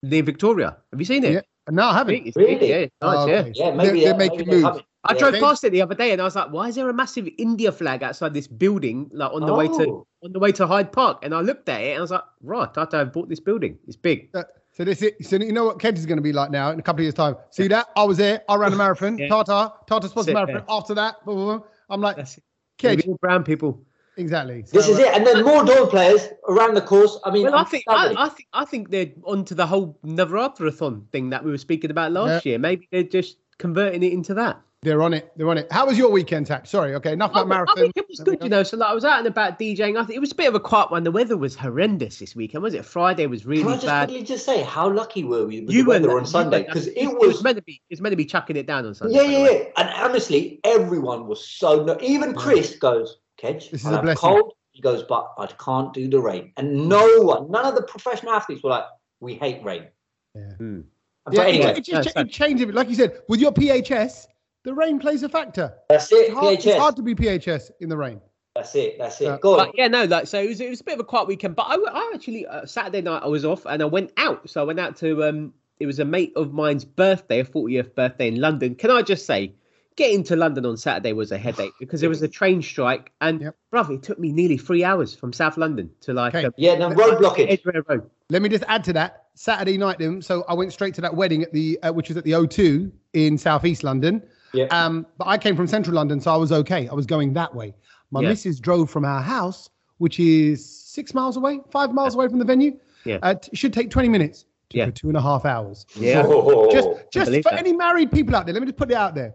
C: near Victoria. Have you seen it?
A: Yeah, no, I haven't.
C: Big, it's big,
B: Really?
C: Yeah, it's nice,
A: Oh,
C: yeah.
A: okay.
B: yeah, maybe
A: They're-
B: they're,
A: they're making
B: maybe they're
A: moves.
B: coming.
C: I
B: Yeah.
C: drove
A: They-
C: past it the other day and I was like, why is there a massive India flag outside this building, like on the way to
B: Oh.
C: on the way to Hyde Park? And I looked at it and I was like, right, Tata have bought this building. It's big.
A: Uh, so this is, so you know what Kedge is going to be like now in a couple of years time. See that? I was there. I ran a marathon.
C: Yeah.
A: Tata, Tata sponsored
C: it,
A: marathon. After that, blah, blah, blah. I'm like
C: That's it.
A: Kedge,
C: Maybe all brown people.
A: exactly. So,
B: This is
A: uh,
B: it, and then more door players around the course. I mean,
C: Well, I
B: I'm
C: think I,
B: stunned.
C: I think I think they're onto the whole Navratrathon thing that we were speaking about last year. Maybe they're just converting it into that.
A: They're on it. They're on it. How was your weekend, Tap? Sorry. Okay, enough
C: I,
A: about marathon.
C: I think it was
A: There we
C: good,
A: go.
C: you know. So like, I was out and about DJing. I think it was a bit of a quiet one. The weather was horrendous this weekend, was it? Friday was really
B: Can I just
C: bad.
B: quickly just say how lucky were we with the
C: You were
B: weather
C: lucky,
B: on
C: you
B: Sunday?
C: were
B: Because
C: lucky.
B: it
C: It
B: was,
C: meant to be. It's meant to be chucking it down on Sunday.
B: yeah,
C: by the
B: yeah,
C: way.
B: yeah. And honestly, everyone was so no. Even Chris goes, Kedge,
A: Mm. This is
B: I'll
A: a
B: have
A: blessing. Mm.
B: cold. He goes, but I can't do the rain. And no one, none of the professional athletes were like, we hate rain.
A: Yeah.
C: Hmm.
B: But
A: Yeah,
B: anyway,
A: it, it,
C: no,
A: just,
C: sorry.
A: it changed it. Like you said, with your PHS, the rain plays a factor.
B: that's it.
A: It's hard, it's
B: PHS.
A: hard to be PHS in the rain.
B: That's it. That's
A: Uh,
B: it. Go on.
C: But yeah, no, like so it was, it was a bit of a quiet weekend. But I, I actually uh, Saturday night I was off and I went out. So I went out to um, it was a mate of mine's birthday, a fortieth birthday in London. Can I just say, getting to London on Saturday was a headache because there was a train strike and
A: Yep.
C: brother, it took me nearly three hours from South London to like
A: Okay.
C: um,
B: Yeah, no, road blockage.
C: Edgware Road.
A: Let me just add to that. Saturday night, then, so I went straight to that wedding at the uh, which was at the O2 in Southeast London.
B: Yeah.
A: Um, but I came from Central London, so I was okay. I was going that way. My
C: Yeah.
A: missus drove from our house, which is six miles away, five miles away from the venue.
C: Yeah.
A: Uh, t- should take 20 minutes. Took
C: Yeah.
A: her two and a half hours.
C: Yeah.
B: [LAUGHS] Oh.
A: just just
C: believe
A: for
C: that.
A: any married people out there, let me just put it out there.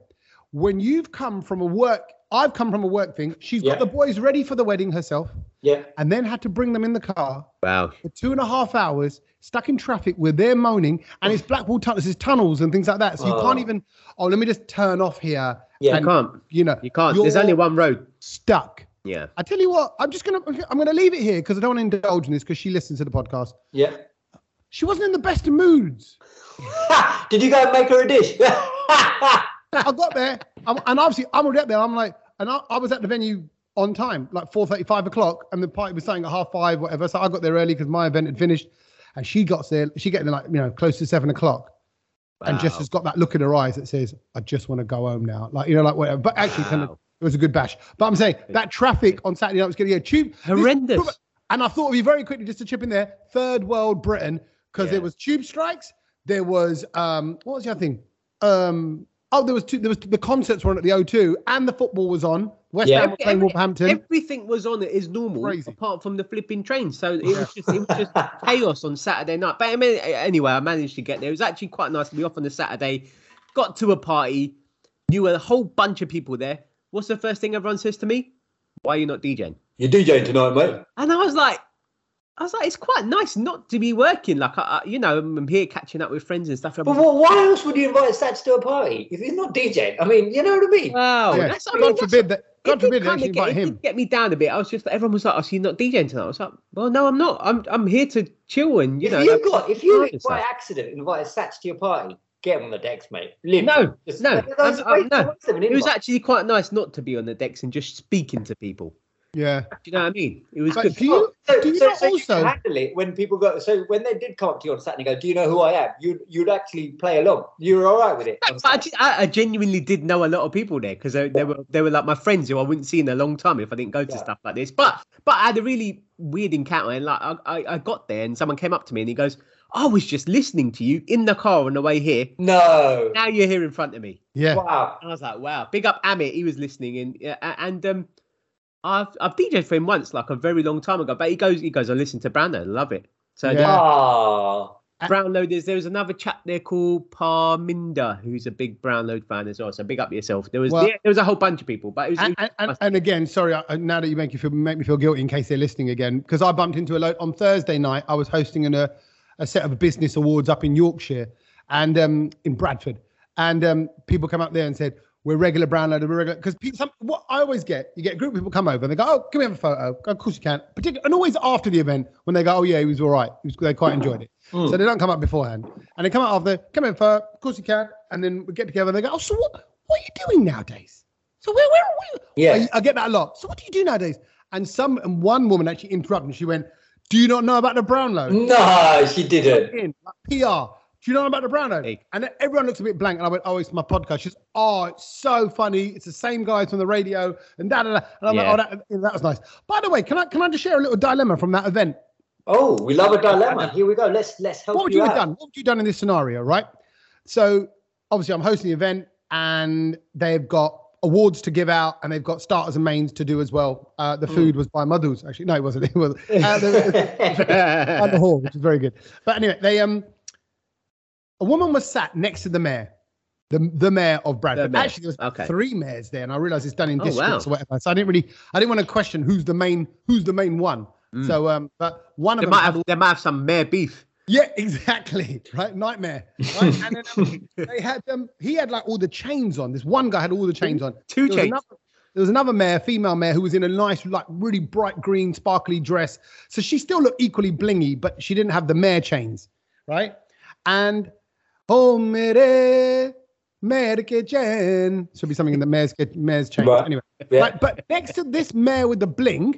A: When you've come from a work, I've come from a work thing. She's
B: Yeah.
A: got the boys ready for the wedding herself,
B: yeah.
A: and then had to bring them in the car
C: Wow.
A: for two and a half hours, stuck in traffic where they're moaning, and it's Blackwall tunnels, it's tunnels and things like that. So you
B: Oh.
A: can't even. Oh, let me just turn off here.
B: Yeah.
C: You can't.
A: You know,
C: You can't. There's
A: You're
C: only one road.
A: stuck.
C: Yeah.
A: I tell you what, I'm just gonna I'm gonna leave it here because I don't want to indulge in this because she listens to the podcast.
B: Yeah. [LAUGHS]
A: She wasn't in the best of moods.
B: Ha! Did you go and make her a dish? [LAUGHS]
A: I got there, I'm, and obviously I'm already up there. I'm like, and I, I was at the venue on time, like four thirty, five o'clock, and the party was starting at half five, whatever. So I got there early because my event had finished, and she got there. She getting like you know close to seven o'clock, and just
C: Wow.
A: has got that look in her eyes that says, "I just want to go home now," like you know, like whatever. But actually, kind of,
C: Wow.
A: it was a good bash. But I'm saying that traffic on Saturday night was going to get tube this-
C: horrendous.
A: and I thought of you very quickly just to chip in there, third world Britain, because
C: Yeah.
A: there was tube strikes, there was um what was the other thing? Um oh there was two there was the concerts were on at the O2 and the football was on. West
B: Yeah.
A: Ham were playing
C: Every-
A: Wolverhampton.
C: Everything was on it is normal,
A: Crazy.
C: apart from the flipping train. So it was just it was just chaos on Saturday night. But I mean, a- anyway, I managed to get there. It was actually quite nice to be off on the Saturday. Got to a party, knew a whole bunch of people there. What's the first thing everyone says to me? Why are you not DJing?
B: You're DJing tonight, mate.
C: And I was like, I was like, it's quite nice not to be working. Like, I, I, you know, I'm here catching up with friends and stuff. and
B: But
C: I'm
B: what, why else would you invite Satch to a party if he's not DJing? I mean, you know what I mean?
C: wow,
A: Yeah.
C: oh, that's, I mean,
A: God
C: that's-
A: forbid that
C: it
A: God
C: did
A: forbid they
C: kinda
A: actually
C: get,
A: invite
C: it
A: him.
C: did get me down a bit. I was just, everyone was like, "Oh, so you're not DJing tonight." I was like, "Well, no, I'm not. I'm, I'm here to chill and you
B: if
C: know."
B: you
C: like,
B: got, if you
C: enjoy
B: by
C: yourself."
B: accident invite Satch to your party, get him on the decks, mate. Live.
C: no,
B: Just-
C: no,
B: that- that was
C: I'm-
B: a
C: I'm-
B: waste-
C: no.
B: waste of an
C: It was
B: invite.
C: actually quite nice not to be on the decks and just speaking to people.
A: Yeah.
C: Do you know what I mean? It was
A: But
C: good.
A: do you
B: Oh, so,
A: do you
B: so,
A: not
B: so you
A: also
B: can handle it when people go. So when they did come up to you on Saturday, and go, "Do you know who I am?" You you'd actually play along. You were all
A: [LAUGHS]
B: right with it. on
C: But I,
B: Saturday.
C: ge- I, I genuinely did know a lot of people there because they, they were they were like my friends who I wouldn't see in a long time if I didn't go to
B: Yeah.
C: stuff like this. But but I had a really weird encounter and like I, I, I got there and someone came up to me and he goes, "I was just listening to you in the car on the way here.
B: No.
C: Now you're here in front of me."
A: Yeah.
B: Wow.
C: And I was like, wow, big up Amit. He was listening, and yeah, a- and um, I've I've DJed for him once, like a very long time ago. But he goes, he goes, I listen to Brownlow, love it. So
A: Yeah.
B: Ah.
C: Brownlow, there's there was another chap there called Parminder, who's a big Brownlow fan as well. So big up yourself. There was
A: Well-
C: yeah, there was a whole bunch of people, but it was,
A: And, and, and, and again, sorry. I, now that you make you feel make me feel guilty in case they're listening again, because I bumped into a load on Thursday night. I was hosting an, a a set of business awards up in Yorkshire and um, in Bradford, and um, people come up there and said, "We're regular Brownlow, we're regular." Because what I always get, you get a group of people come over and they go, "Oh, can we have a photo?" Of course you can. Particularly, and always after the event when they go, "Oh yeah, he was all right. He was, they quite enjoyed it."
B: Mm.
A: So they don't come up beforehand, and they come out after. Come in for, of course you can, and then we get together. and They go, "Oh, so what? What are you doing nowadays?" So where, where, where,
B: Yeah.
A: I, I get that a lot. So what do you do nowadays? And some and one woman actually interrupted and she went, Do you not know about the Brownlow?
C: Mm.
B: [LAUGHS] No, she didn't.
A: In, like, PR. Do you know about the Brownlow?
C: Hey.
A: And then everyone looks a bit blank. And I went, Oh, it's my podcast. She's, Oh, it's so funny. It's the same guys from the radio and da da da. And I'm
C: Yeah.
A: like, Oh, that, that was nice. By the way, can I can I just share a little dilemma from that event?
B: Oh, we love a dilemma. Here we go. Let's let's help
A: what would you,
B: you,
A: have
B: out.
A: done? What would you done in this scenario, right? So obviously, I'm hosting the event, and they've got awards to give out, and they've got starters and mains to do as well. Uh,
C: Hmm.
A: the food was by Madhu's, actually. No, it wasn't. [LAUGHS] It was
C: [LAUGHS]
A: uh,
B: [LAUGHS]
A: the, at the hall, which is very good. But anyway, they um, a woman was sat next to the mayor, the the mayor of Bradford.
C: The mayor,
A: Actually, there was
C: okay.
A: three mayors there, and I realised it's done in
C: Oh,
A: districts
C: wow.
A: or whatever. So I didn't really, I didn't want to question who's the main, who's the main one.
C: Mm.
A: So um, but one of
C: they
A: them
C: might
A: had-
C: have they might have some mare beef.
A: yeah, [LAUGHS] exactly. Right, nightmare. Right? And then um, they had um, he had like all the chains on. This one guy had all the chains on.
C: Two
A: There was
C: chains.
A: another- there was another mayor, female mayor, who was in a nice, like, really bright green, sparkly dress. So she still looked equally blingy, but she didn't have the mayor chains, right? And oh, mere mayor ke chain should be something in the mayor's mayor's chains.
B: Right.
A: Anyway,
B: Yeah.
A: [LAUGHS] right, but next to this mayor with the bling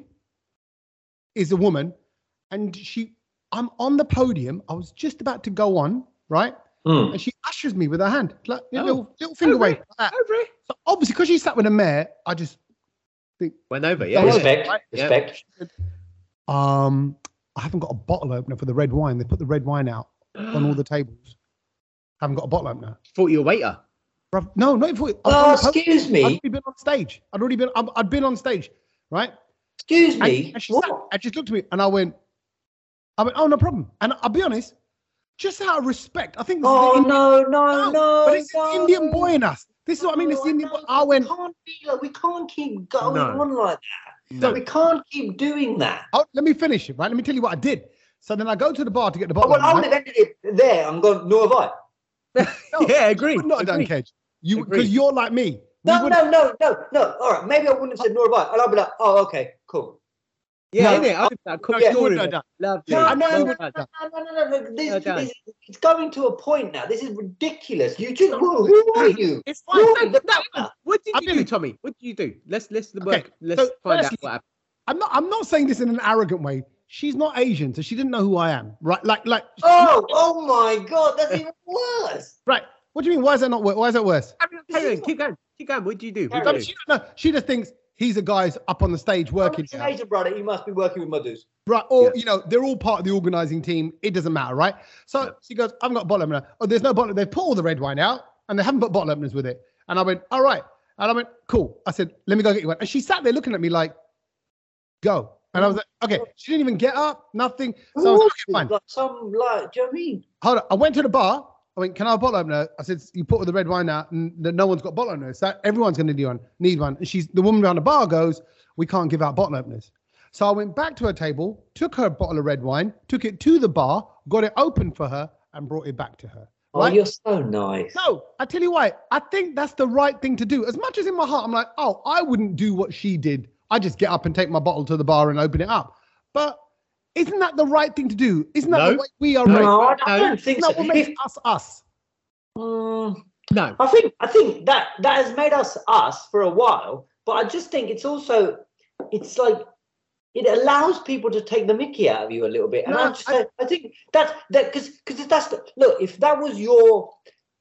A: is a woman, and she, I'm on the podium. I was just about to go on, right?
B: Mm.
A: And she ushers me with her hand, like a
C: Hmm. Oh.
A: little, little finger
C: Oh,
A: wave.
C: right.
A: Like that.
C: Over it.
A: So obviously, because she sat with a mayor, I just
C: Went over.
A: Yeah.
C: Yeah.
B: Respect.
A: Right.
C: Yeah.
B: Respect.
A: Um, I haven't got a bottle opener for the red wine. They put the red wine
C: [GASPS]
A: out on all the tables. haven't got a bottle opener.
C: Thought you were a waiter.
A: Bruv, no, not even.
B: Oh, excuse
A: I'd
B: me.
A: already been on stage. I'd already been. I'd, I'd been on stage, right?
B: Excuse
A: And,
B: me.
A: and she sat,
B: What?
A: and she looked at me, and I went, I went, oh no problem. And I'll be honest, just out of respect. I think this is
B: Oh
A: the Indian,
B: no, no, no,
A: but it's
B: no. Oh,
A: the Indian boy in us. This is what I mean. It's the Indian boy.
B: No,
A: I went.
B: We can't be like we can't keep going
A: No.
B: on like that.
A: No.
B: We can't keep doing that.
A: Oh, let me finish it, right? Let me tell you what I did. So then I go to the bar to get the
B: Oh,
A: bottle.
B: well, I
A: right?
B: would have ended it there. I'm going. Nor have I.
A: No,
C: yeah, agree.
A: You would not have done
C: agree.
A: Kedge. You
C: Agreed.
A: because you're like me. We
B: No,
A: would-
B: no, no, no, no. All right, maybe I wouldn't have said nor have I. And I'd be like, oh, okay, cool.
C: Yeah,
A: No.
C: innit? I'd have
A: no,
C: cooked
A: you
C: your
A: wouldn't
C: order.
A: have done.
C: Lovely.
A: No,
C: Well
A: no, no,
C: done.
A: no.
B: No, no, no, no. This,
C: Well done.
B: this, it's going to a point now. This is ridiculous. You just who, who are you?
C: It's
B: fine.
C: fine.
B: No, no.
C: what did
A: I
C: you do,
A: didn't-
C: Tommy? What did you do? Let's let's the
A: Okay,
C: work. Let's
A: so
C: find
A: firstly-
C: out what happened.
A: I'm not. I'm not saying this in an arrogant way. She's not Asian, so she didn't know who I am. Right? Like, like.
B: [LAUGHS] Oh, oh my God, that's even worse.
A: Right. What do you mean? Why is that not? wor- Why is that worse?
C: Carry on, keep going. Keep going. What did you do? What
B: Carry
A: No,
B: on.
C: did you do?
A: she, no, she just thinks he's a guy's up on the stage working.
B: An
A: now.
B: Asian brother, you must be working with mothers.
A: Right. Or,
C: Yeah.
A: you know, they're all part of the organizing team. It doesn't matter, right? So
C: Yeah.
A: she goes, I've got bottle opener. Oh, there's no bottle. They've put all the red wine out and they haven't put bottle openers with it. And I went, all right. And I went, cool. I said, let me go get you one. And she sat there looking at me like, go. And I
C: Oh
A: was like, okay. She didn't even get up, nothing. So I was like, okay, fine.
B: Like some, like, do you know what I mean?
A: Hold on. I went to the bar. I went, can I have a bottle opener? I said, you put all the red wine out and th- no one's got bottle openers. So everyone's going to need one. Need one. And she's the woman around the bar goes, we can't give out bottle openers. So I went back to her table, took her bottle of red wine, took it to the bar, got it open for her, and brought it back to her.
B: Oh,
A: Right?
B: you're so nice.
A: no, I tell you why. I think that's the right thing to do. As much as in my heart, I'm like, oh, I wouldn't do what she did. I just get up and take my bottle to the bar and open it up. But isn't that the right thing to do? Isn't that the
C: No.
A: way we are?
B: No,
A: raised?
B: I, I
C: No.
B: don't think
A: Isn't
B: so.
A: that what
B: If-
A: makes us us?
B: Mm,
C: No.
B: I think I think that that has made us us for a while, but I just think it's also it's like it allows people to take the mickey out of you a little bit, and
A: No,
B: I, just, I, think that's that because because that's the, look if that was your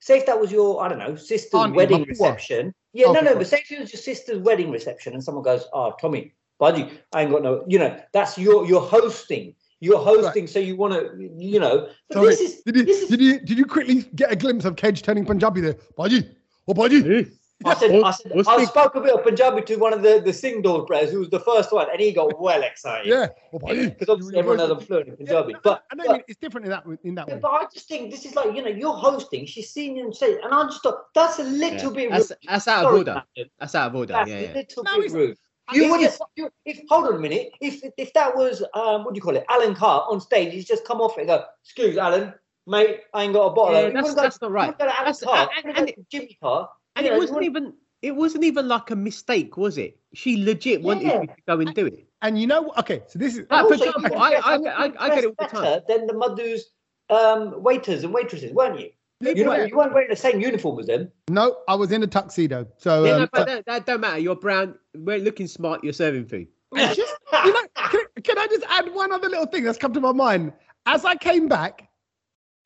B: say if that was your I don't know sister's
A: Auntie,
B: wedding
A: my poor.
B: reception, yeah
A: Okay,
B: no no
A: fine.
B: but say if it was your sister's wedding reception and someone goes oh Tommy budgie I ain't got no you know that's your you're hosting you're hosting so you want to you know but
A: Sorry,
B: this is
A: Did you,
B: this is
A: did you did you quickly get a glimpse of Kedge turning Punjabi there? Baji, oh Baji.
B: I said, I, said,
C: What's
B: I
C: the-
B: spoke a bit of Punjabi to one of the, the Singh door players who was the first one, and he got well excited. [LAUGHS]
A: Yeah, oh Baji.
B: Because obviously everyone knows I'm fluent in Punjabi.
A: Yeah,
B: but,
A: I know
B: but,
A: it's different in that in that way.
B: but I just think this is like, you know, you're hosting, she's seen you and said, and I just thought, that's a little bit rude.
C: That's, that's out of
B: Sorry,
C: order.
B: Captain,
C: That's out of order.
B: That's
C: yeah,
B: a
C: yeah.
B: little
A: No,
B: bit
A: it's-
B: rude.
A: I
B: You
A: mean,
B: would
A: it's-
B: have, you, if, hold on a minute, if if that was, um, what do you call it, Alan Carr on stage, he's just come off it and go, excuse Alan, mate, I ain't got a bottle.
C: Yeah,
B: You
C: that's,
B: wouldn't go-
C: that's not
B: you
C: right.
B: wouldn't go to Alan
C: That's-
B: Carr,
C: and-
B: you wouldn't go to Jimmy Carr.
C: And
B: you
C: it
B: know, you
C: wasn't
B: wouldn't-
C: even it wasn't even like a mistake, was it? She legit wanted
B: Yeah.
C: you to go and do it.
A: and you know, what? okay, so this is
C: Like, for
B: Also, you
C: example,
B: were
C: I-
B: dressed-
C: I-
B: you were
C: I- I get it all the
B: dressed
C: time.
B: better Than the Madhu's um, waiters and waitresses, weren't you? You, know, you weren't wearing the same uniform as them.
A: no, I was in a tuxedo, so
C: yeah, no,
A: um,
C: but that, that don't matter. You're brown. We're looking smart. You're serving food.
A: it's
B: [LAUGHS]
A: just- you know, can, can I just add one other little thing that's come to my mind? As I came back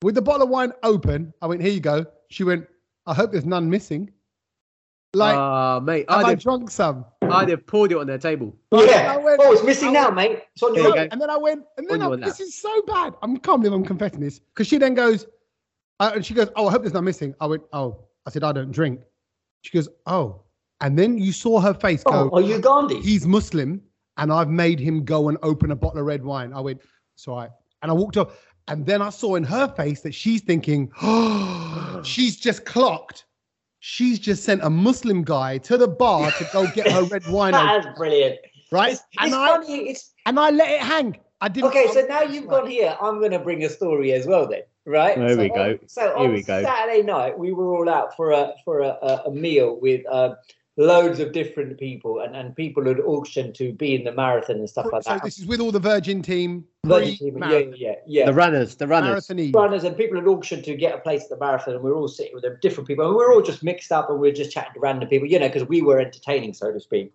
A: with the bottle of wine open, I went, "Here you go." She went, "I hope there's none missing." Like,
C: Ah, mate,
A: have
C: I'd
A: I
C: have,
A: drunk some?
C: I'd have poured it on their table.
A: I
B: yeah.
A: went-
B: oh, it's missing now, mate. It's on
C: There
B: your
C: you
B: own.
A: And then I went, and then
C: On
A: I,
C: your
A: this is so bad. I am can't believe I'm confessing this. Because she then goes, uh, and she goes, oh, I hope there's not missing. I went, oh, I said, I don't drink. She goes, oh. And then you saw her face
B: Oh,
A: go,
B: are you Gandhi?
A: he's Muslim, and I've made him go and open a bottle of red wine. I went, it's all right. And I walked up, and then I saw in her face that she's thinking, [GASPS] oh, she's just clocked. She's just sent a Muslim guy to the bar to go get her red
C: [LAUGHS]
A: wine, open,
B: that is brilliant.
A: right?
B: It's,
A: and
B: it's
A: I
B: funny. It's
A: and I let it hang. I didn't.
B: okay.
A: I-
B: So now you've gone here. I'm going to bring a story as well, then. Right.
C: There
B: so
C: we
B: on-
C: go.
B: so
C: Here
B: on
C: we go.
B: Saturday night, we were all out for a for a, a, a meal with uh, loads of different people, and and people had auctioned to be in the marathon and stuff like
A: so
B: that.
A: this is with all the Virgin team. pre-
B: Virgin team, yeah,
A: marathon,
B: yeah, yeah.
C: The runners, the runners.
A: marathon eve.
B: runners and people had auctioned to get a place at the marathon, and we were all sitting with them, different people, and we were all just mixed up, and we were just chatting to random people, you know, because we were entertaining, so to speak.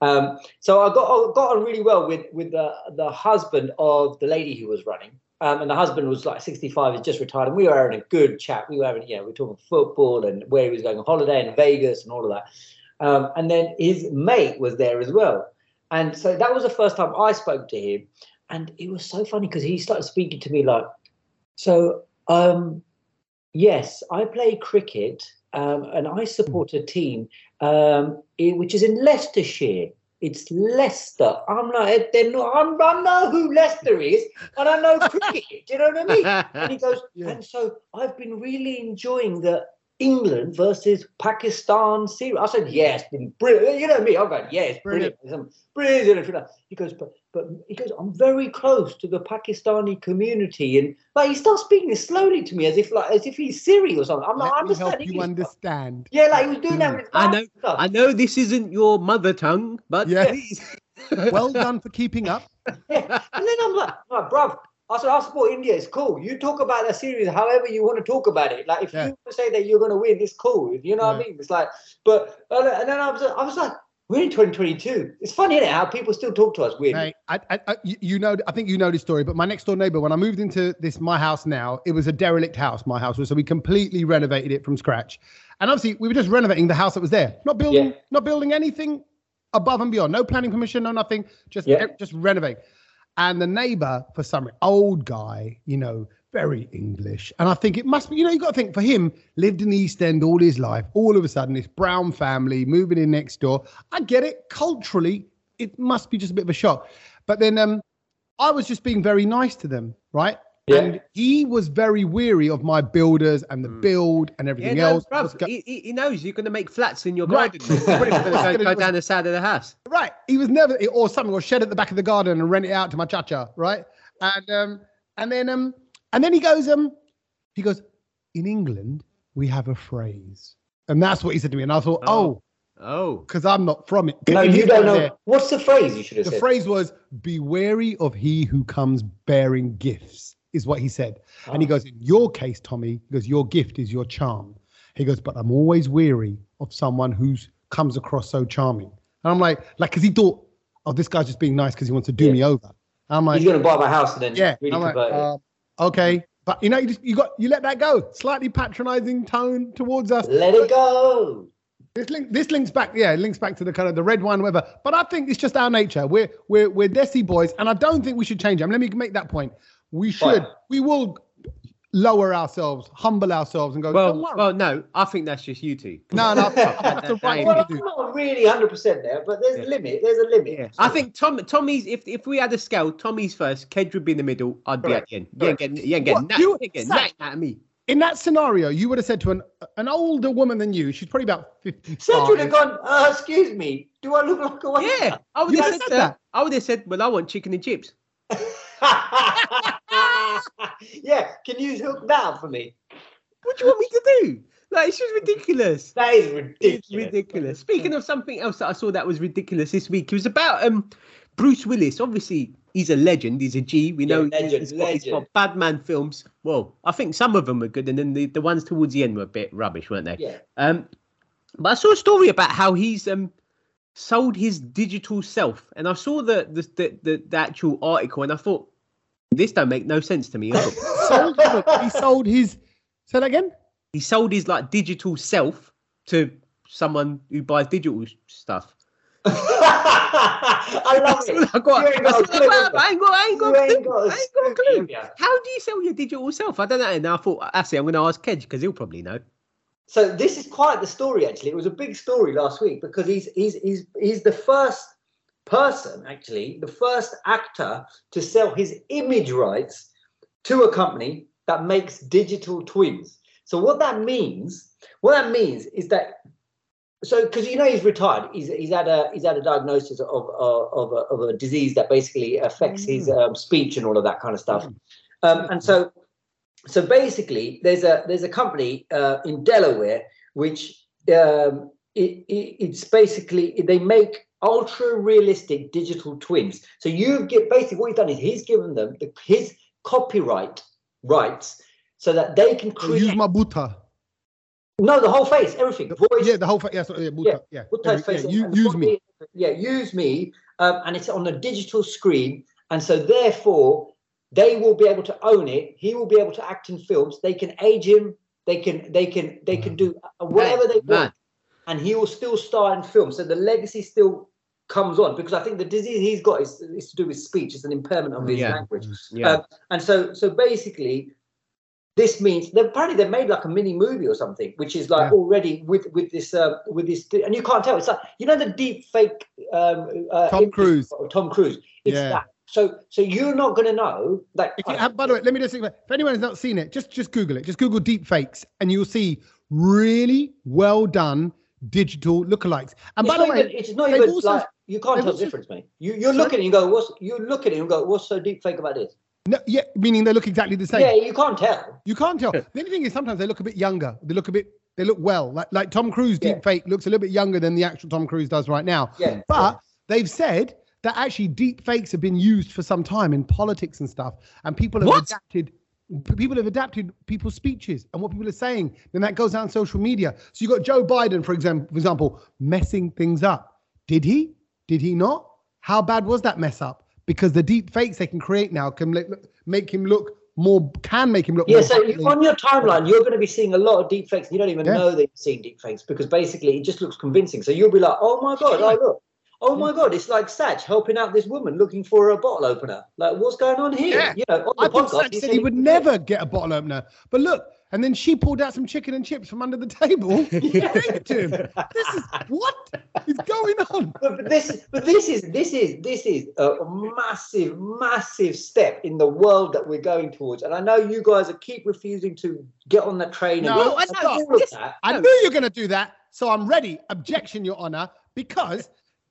B: Um, so I got I got on really well with with the the husband of the lady who was running, um, and the husband was like 65, he's just retired, and we were having a good chat. We were having, you know, we were talking football and where he was going on holiday and Vegas and all of that. Um, and then his mate was there as well. And so that was the first time I spoke to him. And it was so funny because he started speaking to me like, so, um, yes, I play cricket um, and I support a team um, i- which is in Leicestershire. It's Leicester. I'm like, they're not, I'm, I know who Leicester is, and I know cricket. Do you know what I mean? And he goes,
A: [LAUGHS] Yeah.
B: and so I've been really enjoying the England versus Pakistan series. I said, yes, been brilliant. You know me. I'm going, yes, brilliant. Brilliant. brilliant. He goes, but but he goes, I'm very close to the Pakistani community. And like he starts speaking slowly to me as if like as if he's Siri or something. I'm
A: Let
B: not
A: me help
B: understanding.
A: you understand. Hmm.
B: yeah, like he was doing that with his
C: I
B: mouth
C: know-
B: and stuff.
C: [LAUGHS] I know this isn't your mother tongue, but
A: Yeah.
C: please.
A: Well done for keeping
B: [LAUGHS]
A: up.
B: And then I'm like, I'm like, bruv, I said, I support India. It's cool. You talk about that series however you want to talk about it. Like, if
A: Yeah.
B: you want to say that you're going to win, it's cool. You know what
A: Yeah.
B: I mean? It's like, but, and then- and then I was, I was like, we're in 2022. It's funny, is How people still talk to us weird.
A: Mate, I, I, I, you- you know, I think you know this story, but my next door neighbor, when I moved into this, my house now, it was a derelict house, my house was. So we completely renovated it from scratch. And obviously, we were just renovating the house that was there, not building,
B: Yeah.
A: not building anything above and beyond, no planning permission, no nothing, just,
B: Yeah.
A: just renovate. And the neighbor, for some re- old guy, you know, very English. And I think it must be, you know, you got to think for him, lived in the East End all his life. All of a sudden, this brown family moving in next door. I get it. Culturally, it must be just a bit of a shock. But then um, I was just being very nice to them, right?
B: Yeah.
A: And he was very weary of my builders and the
C: Mm.
A: build and
C: Yeah,
A: everything
C: no,
A: else.
C: bruv,
A: What's go-
C: he, he- he knows you're going to make flats in your
A: Right.
C: garden. He's
A: [LAUGHS]
C: going to go
A: What's-
C: down the side of the house.
A: Right. He was never or something or shed at the back of the garden and rent it out to my cha-cha, right? And um and then um and then he goes um he goes in England we have a phrase. And that's what he said to me and I thought, "Oh,
C: Oh. Oh,
A: cuz I'm not from it."
B: no,
A: If
B: you
A: he's
B: don't
A: down
B: know.
A: there-
B: What's the phrase you should have
A: the
B: said?
A: phrase was be wary of he who comes bearing gifts is what he said. And he goes, In your case, Tommy, he goes, Your gift is your charm. He goes, But I'm always weary of someone who comes across so charming. And I'm like, like, because he thought, Oh, this guy's just being nice because he wants to do
B: Yeah.
A: me over. And I'm like,
B: He's going to buy my house and then
A: Yeah.
B: really
A: I'm like,
B: convert it.
A: um, okay. But you know, you, just, you got you let that go. Slightly patronizing tone towards us.
B: Let it go.
A: This link, this links back, yeah, it links back to the kind of the red wine, whatever. But I think it's just our nature. We're we're we're Desi boys, and I don't think we should change. it. I mean, let me make that point. We should,
B: Right.
A: we will lower ourselves, humble ourselves, and go. don't
C: well,
A: worry.
C: well, no, I think that's just you two.
A: no,
C: [LAUGHS]
A: no, that's the right thing
B: Well, I'm
A: to do.
B: not really 100% there, but there's
C: Yeah.
B: a limit. There's a limit.
C: Yeah. I think Tom, Tommy's. If if we had a scale, Tommy's first, Kedge would be in the middle. I'd be at the end. You ain't getting, you ain't getting
A: What?
C: that.
A: You-
C: You ain't getting that out of me.
A: In that scenario, you would have said to an an older woman than you, she's probably about fifty.
B: Said you'd have gone, uh, excuse me, do I look like a waiter?
C: Yeah, I would
A: You would've
C: have said,
A: said
C: that.
A: that.
C: I would have said, well, I want chicken and chips.
B: [LAUGHS] yeah, can you hook that up for me?
C: What do you want me to do? Like, it's just ridiculous.
B: That is
C: It's
B: ridiculous.
C: ridiculous. Speaking of something else that I saw that was ridiculous this week, it was about um Bruce Willis. Obviously, he's a legend. He's a G. We
B: Yeah,
C: know
B: legend,
C: he's, got, he's got
B: legend.
C: bad man films. Well, I think some of them were good, and then the, the ones towards the end were a bit rubbish, weren't they?
B: Yeah. [LAUGHS]
C: Um, but I saw a story about how he's um sold his digital self, and I saw the the the, the, the actual article, and I thought this don't make no sense to me. at all."
B: [LAUGHS]
A: sold, he sold his. Say that again.
C: he sold his like digital self to someone who buys digital s- stuff. [LAUGHS]
B: I love
C: That's all
B: it.
C: I got.
B: You ain't
C: That's
B: got a
C: all
B: clue,
C: I got. I ain't got. [LAUGHS]
B: You ain't got
C: I ain't got. a clue. I
B: a
C: ain't got a
B: clue,
C: clue.
B: yeah.
C: How do you sell your digital self? I don't know. And I thought, actually, I'm going to ask Kedge because he'll probably know.
B: So this is quite the story actually. It was a big story last week because he's he's he's he's the first person actually, the first actor to sell his image rights to a company that makes digital twins. So what that means, what that means is that so because you know he's retired, he's he's had a he's had a diagnosis of of, of, a, of a disease that basically affects his um, speech and all of that kind of stuff. Um, and so so basically there's a there's a company uh, in Delaware which um, it, it, it's basically they make ultra realistic digital twins. So you get basically what he's done is he's given them the, his copyright rights so that they can create
A: Use my buta.
B: no the whole face everything voice
A: Yeah, the whole. fa- Yeah, so, yeah, buta. Yeah.
B: We'll
A: Every-
B: touch base
A: yeah,
B: on-
A: you-
B: and
A: use
B: what
A: me.
B: we- Yeah, use me, um, and it's on a digital screen, and so therefore they will be able to own it. He will be able to act in films. They can age him. They can they can they can do
A: Mm-hmm.
B: whatever they
C: Man,
B: want, and he will still star in films. So the legacy still comes on because I think the disease he's got is, is to do with speech. It's an impairment of his Um,
C: Yeah.
B: language.
C: Yeah.
B: Um, and so so basically this means they apparently they made like a mini movie or something, which is like
A: Yeah.
B: already with with this uh, with this, and you can't tell. It's like you know the deep fake um, uh,
A: Tom
B: image
A: Cruise.
B: of Tom Cruise. It's
A: Yeah.
B: that. So so you're not gonna know that.
A: If you- uh, by the way, let me just think about if anyone has not seen it, just just Google it. Just Google deep fakes and you'll see really well done digital lookalikes. And by
B: it's
A: the
B: not
A: way,
B: even, it's not
A: they've
B: even
A: also-
B: like you can't
A: they've
B: tell
A: also-
B: the difference, mate. You you look at it and go, what's you look at it and go, what's so deep fake about this?
A: no, yeah, meaning they look exactly the same.
B: Yeah, you can't tell.
A: You can't tell. The only thing is sometimes they look a bit younger. They look a bit they look well. Like like Tom Cruise
B: Yeah.
A: deep fake looks a little bit younger than the actual Tom Cruise does right now.
B: Yeah,
A: But they've said that actually deep fakes have been used for some time in politics and stuff, and people have
C: What?
A: adapted. p- People have adapted people's speeches and what people are saying. Then that goes out on social media. So you got Joe Biden, for example, for example, messing things up. Did he? Did he not? How bad was that mess up? Because the deep fakes they can create now can le- look- make him look more can make him look
B: Yeah,
A: more
B: so you,
A: badly.
B: on your timeline, you're going to be seeing a lot of deep fakes. and You don't even
A: Yeah.
B: know that you're seeing deep fakes because basically it just looks convincing. So you'll be like, oh my God, oh look. Oh my God, it's like Satch helping out this woman looking for a bottle opener. Like, what's going on here?
A: Yeah.
B: You know, on the
A: I thought
B: podcast,
A: Zach said he would never get a bottle opener. But look, and then she pulled out some chicken and chips from under the
B: [LAUGHS]
A: table. and gave it to him. This is what is going on.
B: [LAUGHS] But but this, but this is this is this is a massive, massive step in the world that we're going towards. And I know you guys are keep refusing to get on that train.
A: No,
B: and
A: Well,
C: I
B: and
C: know,
B: all of
C: this-
B: that.
A: I
C: No.
A: knew you were going to do that, so I'm ready. Objection, Your Honor, because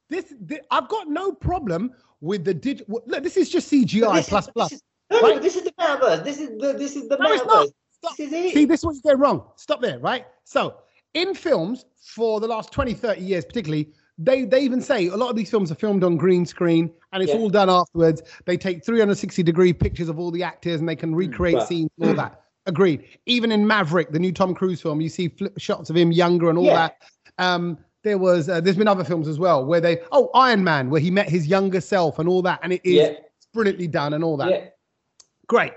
A: this, thi- I've got no problem with the dig. w- Look, this is just CGI
B: This is-
A: plus plus.
B: This is, no, no,
A: Right?
B: this is the metaverse. This is the this is the
A: No, it's not.
B: metaverse.
A: Stop.
B: This is it.
A: See, this is what you get wrong. Stop there, right? So, in films for the last 20, 30 years, particularly, they, they even say a lot of these films are filmed on green screen and it's
B: Yeah.
A: all done afterwards. They take 360 degree pictures of all the actors and they can recreate
B: Hmm. Right.
A: scenes and all
B: [CLEARS THROAT]
A: that. Agreed. Even in Maverick, the new Tom Cruise film, you see flip shots of him younger and all
B: Yeah.
A: that. Um, there was, uh, there's been other films as well where they, oh, Iron Man, where he met his younger self and all that. And it is
B: yeah,
A: brilliantly done and all that.
B: yeah.
A: Great.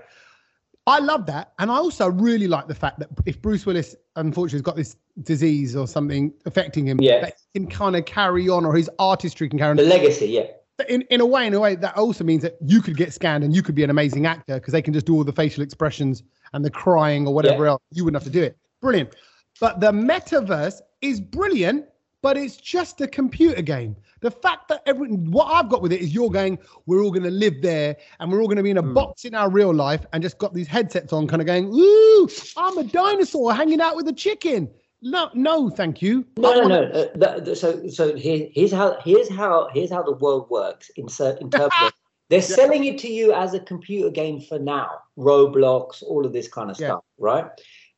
A: I love that. And I also really like the fact that if Bruce Willis, unfortunately, has got this disease or something affecting him,
B: Yeah.
A: that he can kind of carry on or his artistry can carry
B: The
A: on.
B: legacy, yeah.
A: In, in a way, in a way, that also means that you could get scanned and you could be an amazing actor because they can just do all the facial expressions and the crying or whatever else. You wouldn't have to do it. Brilliant. But the metaverse is brilliant, but it's just a computer game. The fact that everyone, what I've got with it is you're going, we're all going to live there and we're all going to be in a
B: Mm.
A: box in our real life and just got these headsets on, kind of going, ooh, I'm a dinosaur hanging out with a chicken. No, no, thank you.
B: No,
A: I
B: no,
A: wanna-
B: no. Uh, that, that- so, so here, here's how here's how here's how the world works in certain terms.
A: [LAUGHS]
B: of- They're selling it to you as a computer game for now, Roblox, all of this kind of
A: Yeah.
B: stuff, right?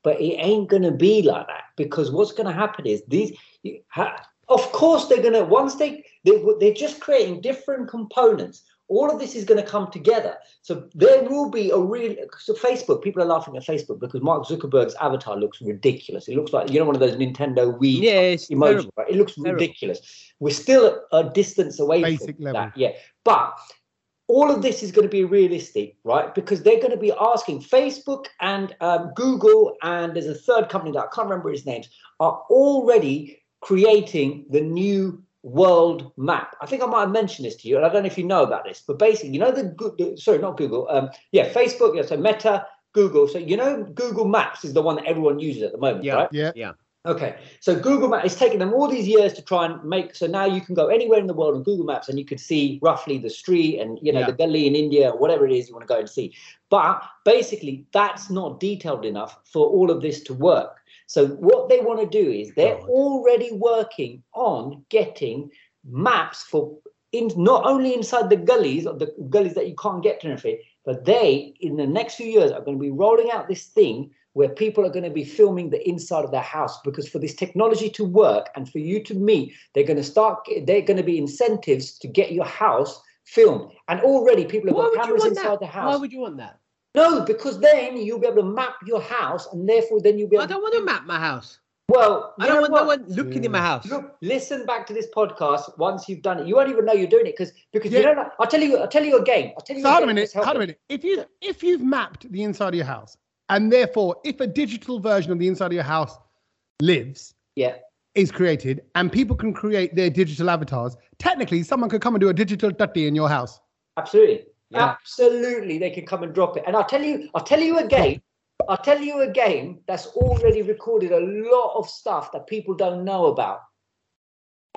B: But it ain't gonna be like that because what's gonna happen is these. you- ha- Of course, they're gonna once they they they're just creating different components. All of this is going to come together. So there will be a real. So Facebook, people are laughing at Facebook because Mark Zuckerberg's avatar looks ridiculous. It looks like you know one of those Nintendo Wii
C: Yeah, it's
B: emoji.
C: terrible.
B: Right? It looks
C: Terrible.
B: ridiculous. We're still a distance away
A: Basic
B: from
A: level.
B: that. Yeah, but all of this is going to be realistic, right? Because they're going to be asking Facebook and um, Google, and there's a third company that I can't remember his names, are already creating the new world map. I think I might have mentioned this to you, and I don't know if you know about this, but basically, you know the Goo- the- sorry, not Google, um, yeah, Facebook, yeah, so Meta, Google. So you know Google Maps is the one that everyone uses at the moment,
C: Yeah.
B: right?
A: Yeah.
B: Okay, so Google Maps, it's taken them all these years to try and make, so now you can go anywhere in the world on Google Maps and you can see roughly the street and, you know,
A: Yeah.
B: the gully in India, or whatever it is you want to go and see. But basically, that's not detailed enough for all of this to work. So what they want to do is they're
C: God.
B: already working on getting maps for in not only inside the gullies, or the gullies that you can't get to and everything, but they, in the next few years, are going to be rolling out this thing where people are going to be filming the inside of their house because for this technology to work and for you to meet, they're going to start, they're going to be incentives to get your house filmed. And already people have
C: Why
B: got
C: would you
B: cameras
C: want
B: inside
C: that?
B: the
C: Why
B: house.
C: would you want that?
B: no, because then you'll be able to map your house and therefore then you'll be
C: I
B: able
C: don't want to map my house.
B: well,
C: I
B: you
C: don't
B: know
C: want
B: what?
C: no one looking in my house.
B: Look, listen back to this podcast once you've done it. You won't even know you're doing it because because you
A: Yeah.
B: don't know. I'll tell you. I'll tell you a game. I'll tell you.
A: So hold a
B: game
A: minute,
B: that's helped
A: hold a
B: me.
A: minute. If you if you've mapped the inside of your house, and therefore if a digital version of the inside of your house lives,
B: Yeah.
A: is created, and people can create their digital avatars, technically someone could come and do a digital tutty in your house.
B: Absolutely.
C: Yeah.
B: Absolutely, they can come and drop it. And I'll tell you, I'll tell you a game I'll tell you a game that's already recorded a lot of stuff that people don't know about.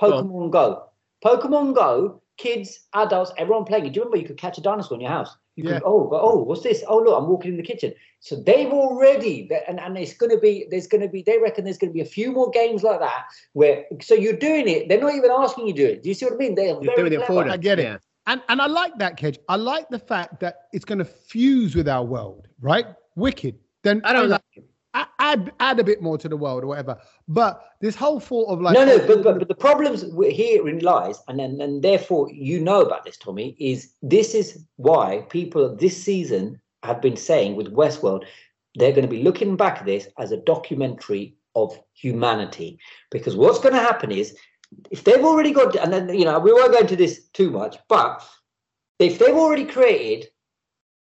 B: Pokemon Go. Pokemon Go, kids, adults, everyone playing it. Do you remember you could catch a dinosaur in your house? You
A: Yeah.
B: could, oh, go- oh, what's this? Oh, look, I'm walking in the kitchen. So they've already, they- and, and it's going to be, there's going to be, they reckon there's going to be a few more games like that where, so you're doing it. They're not even asking you to do it. Do you see what I mean? They're
C: You're
B: very
C: doing it
B: clever.
C: for them.
A: I get it.
C: Yeah.
A: And and I like that, Kedge. I like the fact that it's going to fuse with our world, right? Wicked. Then
C: I don't like it.
A: a- add add a bit more to the world or whatever. But this whole thought of like Oh,
B: no, no, but, but, but the problems w- herein lies, and, and and therefore you know about this, Tommy, is this is why people this season have been saying with Westworld, they're going to be looking back at this as a documentary of humanity. Because what's going to happen is if they've already got, and then, you know, we won't go into this too much, but if they've already created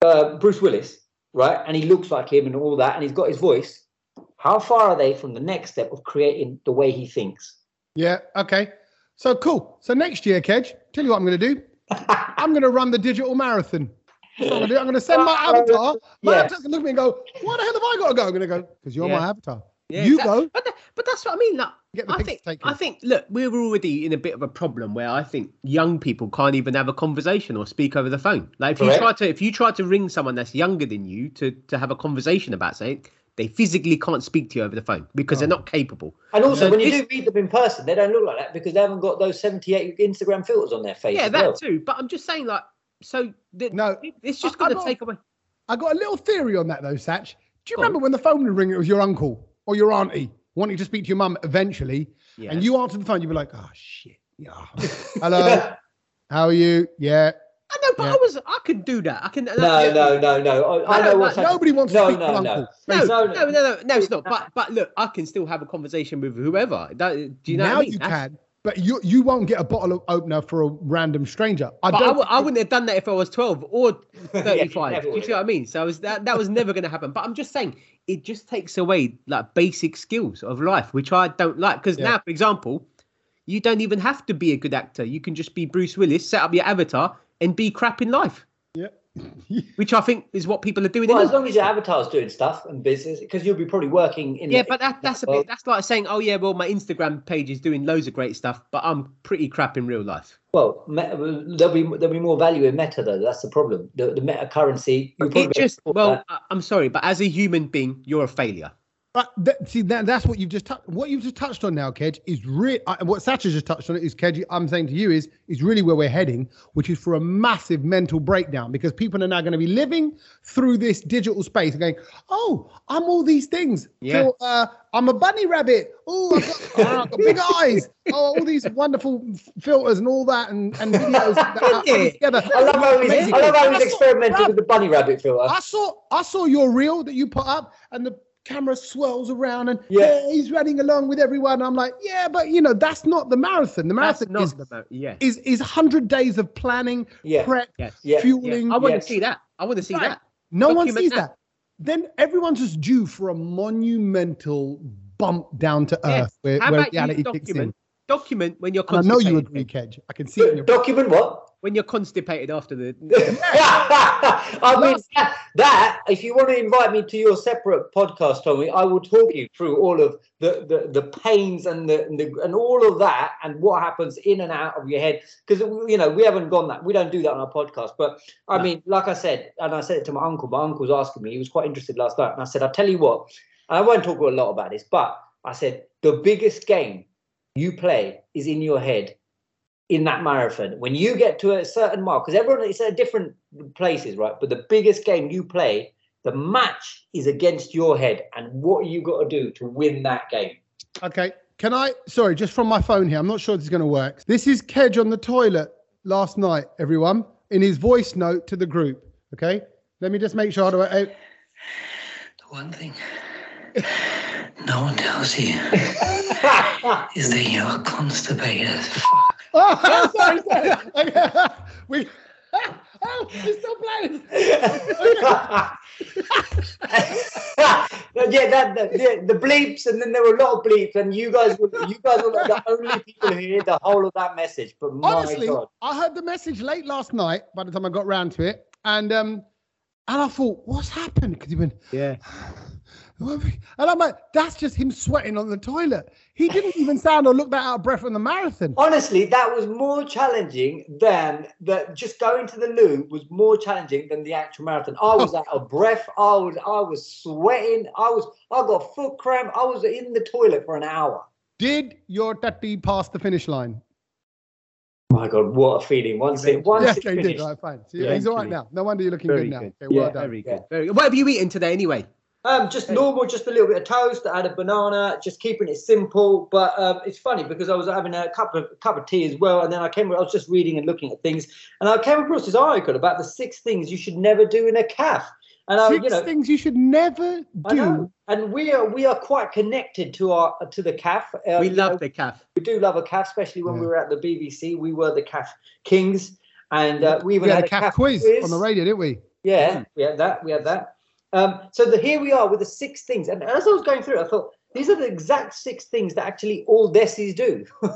B: uh, Bruce Willis, right, and he looks like him and all that, and he's got his voice, how far are they from the next step of creating the way he thinks?
A: yeah, okay. So cool. So next year, Kedge, tell you what I'm going to do. I'm going to run the digital marathon. That's what I'm going to do. I'm going to send
C: [LAUGHS]
A: my
C: Oh,
A: avatar. My
B: Yeah.
A: avatar's going to look at me and go, "Why the hell have I got to go?" I'm going to go because you're
C: Yeah.
A: my avatar.
C: Yeah,
A: you
C: exactly.
A: go
C: But, tha- but that's what I mean. Like,
A: get the
C: I
A: picture
C: think,
A: taken.
C: I think, look, we're already in a bit of a problem where I think young people can't even have a conversation or speak over the phone. Like if you
B: Correct.
C: try to, if you try to ring someone that's younger than you to to have a conversation about something, they physically can't speak to you over the phone because
A: Oh.
C: they're not capable.
B: And also,
C: So
B: when you
C: this-
B: do meet them in person, they don't look like that because they haven't got those 78 Instagram filters on their face.
C: Yeah,
B: as
C: that
B: well.
C: too. But I'm just saying, like, so th-
A: No,
C: it's just
A: I- I'm
C: going to
A: not-
C: take away.
A: I got a little theory on that though, Satch. Do you
C: Go on.
A: remember when the phone would ring? It was your uncle or your auntie wanting to speak to your mum eventually,
C: Yeah.
A: and you answered the phone. You'd be like, "Oh shit,
C: [LAUGHS]
A: yeah, hello, how are you? Yeah,
C: I know, but
A: Yeah.
C: I was, I could do that. I can.
B: [LAUGHS] No, no, no, no. I, I
C: [LAUGHS] No,
B: know
C: no,
B: what's happening.
A: nobody wants to
B: No,
A: speak to
B: no,
A: your
B: no.
A: uncle."
C: No, no,
B: No,
C: no, no, no, it's not. But but look, I can still have a conversation with whoever. That, do you know?
A: now
C: what I mean?
A: you
C: That's-
A: can, but you you won't get a bottle of opener for a random stranger. I
C: But I,
A: don't.
C: w- I wouldn't have done that if I was 12
A: [LAUGHS]
C: or
B: Yeah,
C: 35.
B: you
C: Do you
B: never
C: see what I mean? So I was, that, that was never going to happen. But I'm just saying, it just takes away like basic skills of life, which I don't like. Because
A: Yeah.
C: now, for example, you don't even have to be a good actor. You can just be Bruce Willis, set up your avatar, and be crap in life, which I think is what people are doing.
B: Well, as
C: anyway.
B: long as your avatar's doing stuff and business, because you'll be probably working in.
C: yeah,
B: the-
C: but that, that's a
B: Well,
C: bit, that's like saying, oh, yeah, well, my Instagram page is doing loads of great stuff, but I'm pretty crap in real life.
B: Well, me- there'll be there'll be more value in meta though. That's the problem. The, the meta currency. you probably
C: It just,
B: export
C: well,
B: that.
C: I- I'm sorry, but as a human being, you're a failure.
A: But Uh, that, see, that, that's what you've just touched. What you've just touched on now, Kedge, is really what Satch has just touched on. Is Kedge? I'm saying to you is is really where we're heading, which is for a massive mental breakdown because people are now going to be living through this digital space and going, "Oh, I'm all these things.
C: Yeah.
A: So, uh, I'm a bunny rabbit. Oh, I've got, [LAUGHS] oh, I've got big eyes. Oh, all these wonderful f- filters and all that and and videos that are
C: Isn't it?
A: together.
B: I love how he's,
A: Amazing.
B: I love how he's
A: That's what-
B: experimenting with the bunny rabbit filter.
A: I saw I saw your reel that you put up and the camera swirls around and yeah,
B: Yeah.
A: he's running along with everyone. I'm like, yeah, but you know, that's not the marathon. The
C: That's
A: marathon
C: not
A: is,
C: the mo- yeah.
A: is is hundred days of planning,
B: Yeah,
A: prep,
C: Yes.
B: yeah.
C: Yeah,
A: fueling.
C: I want
B: Yes.
C: to see that. I want to see
A: Right.
C: that.
A: no one
C: document
A: sees
C: that.
A: that. Then everyone's just due for a monumental bump down to
C: Yeah.
A: earth where,
C: How
A: where
C: about you
A: reality kicks in.
C: document document when you're
A: And I know
C: constipated?
A: you agree, Kedge. I can see it in your
B: Document what?
C: When you're constipated after the
B: [LAUGHS] I mean, that, that, if you want to invite me to your separate podcast, Tommy, I will talk you through all of the, the, the pains and the, and the and all of that and what happens in and out of your head. Because, you know, we haven't gone that, we don't do that on our podcast. But I
C: No.
B: mean, like I said, and I said it to my uncle, my uncle was asking me, he was quite interested last night. And I said, I'll tell you what, and I won't talk a lot about this, but I said, the biggest game you play is in your head in that marathon. When you get to a certain mark, because everyone it's at different places, right? But the biggest game you play, the match is against your head and what you got to do to win that game. [LAUGHS]
A: Okay. Can I? Sorry, just from my phone here. I'm not sure this is going to work. This is Kedge on the toilet last night, everyone, in his voice note to the group. Okay. Let me just make sure. How do I, eh, [LAUGHS]
D: The one thing no one tells you is that you're constipated as fuck.
A: oh, sorry, sorry. [LAUGHS] Okay. We. Oh, it's still playing.
B: yeah, that, that- the, the bleeps, and then there were a lot of bleeps, and you guys were you guys were like the only people who heard the whole of that message. But my
A: Honestly,
B: god,
A: I heard the message late last night. By the time I got round to it, and um, And I thought, what's happened? Because he went, [SIGHS]
C: Yeah.
A: and I'm like, that's just him sweating on the toilet. He didn't even sound or look that out of breath on the
B: Oh.
A: marathon.
B: Honestly, that was more challenging than that. Just going to the loo was more challenging than the actual marathon. I was out of breath. I was, I was sweating. I was, I got foot cramp. I was in the toilet for an hour.
A: Did your daddy pass the finish line?
B: My God, what a feeling! Once it, once
A: yes,
B: it
A: they
B: finished.
A: did. Right, fine. So
C: Yeah,
A: he's all right
C: actually.
A: now. No wonder you're looking
C: Very
A: good now.
C: good.
A: Okay, well
C: yeah,
A: done.
C: very
B: Yeah.
C: good. Very good. What have you eaten today anyway?
B: Um, just normal, just a little bit of toast. I had a banana, just keeping it simple. But um, it's funny because I was having a cup of cup of tea as well, and then I came. I was just reading and looking at things, and I came across this article about the six things you should never do in a calf. And I,
A: Six
B: you know,
A: things you should never
B: I
A: do.
B: know. And we are we are quite connected to our to the calf. Uh,
C: we
B: you
C: love
B: know,
C: the calf.
B: we do love a calf, especially when
A: Yeah.
B: we were at the BBC. We were the calf kings, and uh, we even
A: We had
B: had
A: a calf quiz on the radio, didn't we?
B: yeah, we had that. We had that. Um, so the, here we are with the six things. And as I was going through it, I thought these are the exact six things that actually all Desis do. [LAUGHS]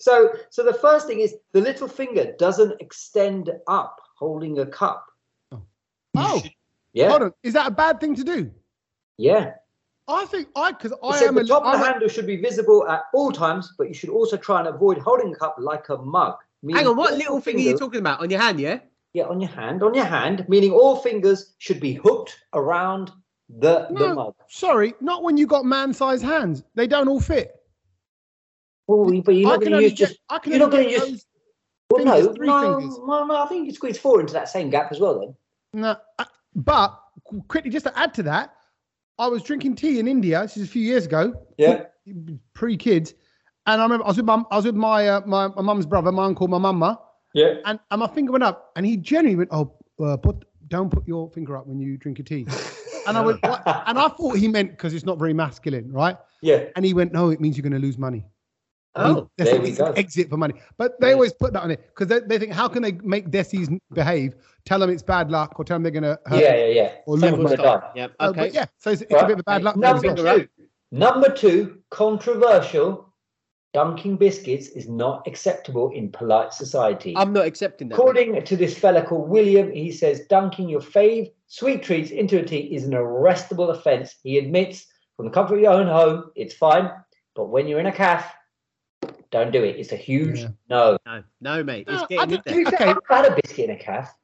B: so, so the first thing is the little finger doesn't extend up holding a cup.
A: Oh,
B: [LAUGHS] Yeah,
A: hold on. Is that a bad thing to do?
B: yeah.
A: I think I because
B: It
A: I
B: said
A: am a,
B: the top of
A: I'm
B: the
A: a
B: handle should be visible at all times, but you should also try and avoid holding a cup like a mug.
C: Hang
B: meaning
C: on, what
B: all
C: little thing are you
B: fingers-
C: talking about? On your hand, yeah?
B: Yeah, on your hand, on your hand, meaning all fingers should be hooked around the, the
A: No.
B: mug.
A: sorry, not when you got man-sized hands. They don't all fit.
B: Well, but you're
A: I
B: not
A: can
B: going to
A: only
B: use
A: get,
B: just
A: I can
B: you're not
A: only
B: gonna
A: get
B: use-
A: those-
B: Well,
A: fingers,
B: no,
A: three
B: no,
A: fingers.
B: no, no, I think you could squeeze four into that same gap as well, then.
A: No, I- but quickly, just to add to that, I was drinking tea in India. This is a few years ago,
B: Yeah.
A: pre-kids, and I remember I was with my I was with my uh, my my mum's brother, my uncle, my mama,
B: Yeah.
A: and, and my finger went up, and he generally went, "Oh, uh, put don't put your finger up when you drink your
C: [LAUGHS]
A: tea," and I went, what? and I thought he meant because it's not very masculine, right?
B: [LAUGHS] Yeah. Mm,
A: And he went, "No, it means you're going to lose money."
C: Oh.
A: That's
B: There
A: it,
B: we
A: it's an
B: go.
A: exit for money. But they
B: Yeah.
A: always put that on it because they, they think, how can they make Desis behave? Tell them it's bad luck or tell them they're going to hurt
B: Yeah, yeah, yeah.
A: or lose
B: Same
A: money.
B: with the dog.
C: Yeah,
A: Uh,
C: okay.
A: but yeah, so it's, it's a
B: Right.
A: bit of a bad luck.
C: No,
A: thing
B: Number
A: as well.
C: finger up.
B: two, number two, controversial. Dunking biscuits is not acceptable in polite society.
C: I'm not accepting that.
B: According to this fella called William, he says dunking your fave sweet treats into a tea is an arrestable offence. He admits from the comfort of your own home, it's fine. But when you're in a calf, don't do it. It's a huge
A: Yeah.
B: no.
C: No, no, mate.
A: No,
C: It's
A: I
C: getting in
A: don't-
C: there.
A: Okay.
B: I've had a biscuit in a calf.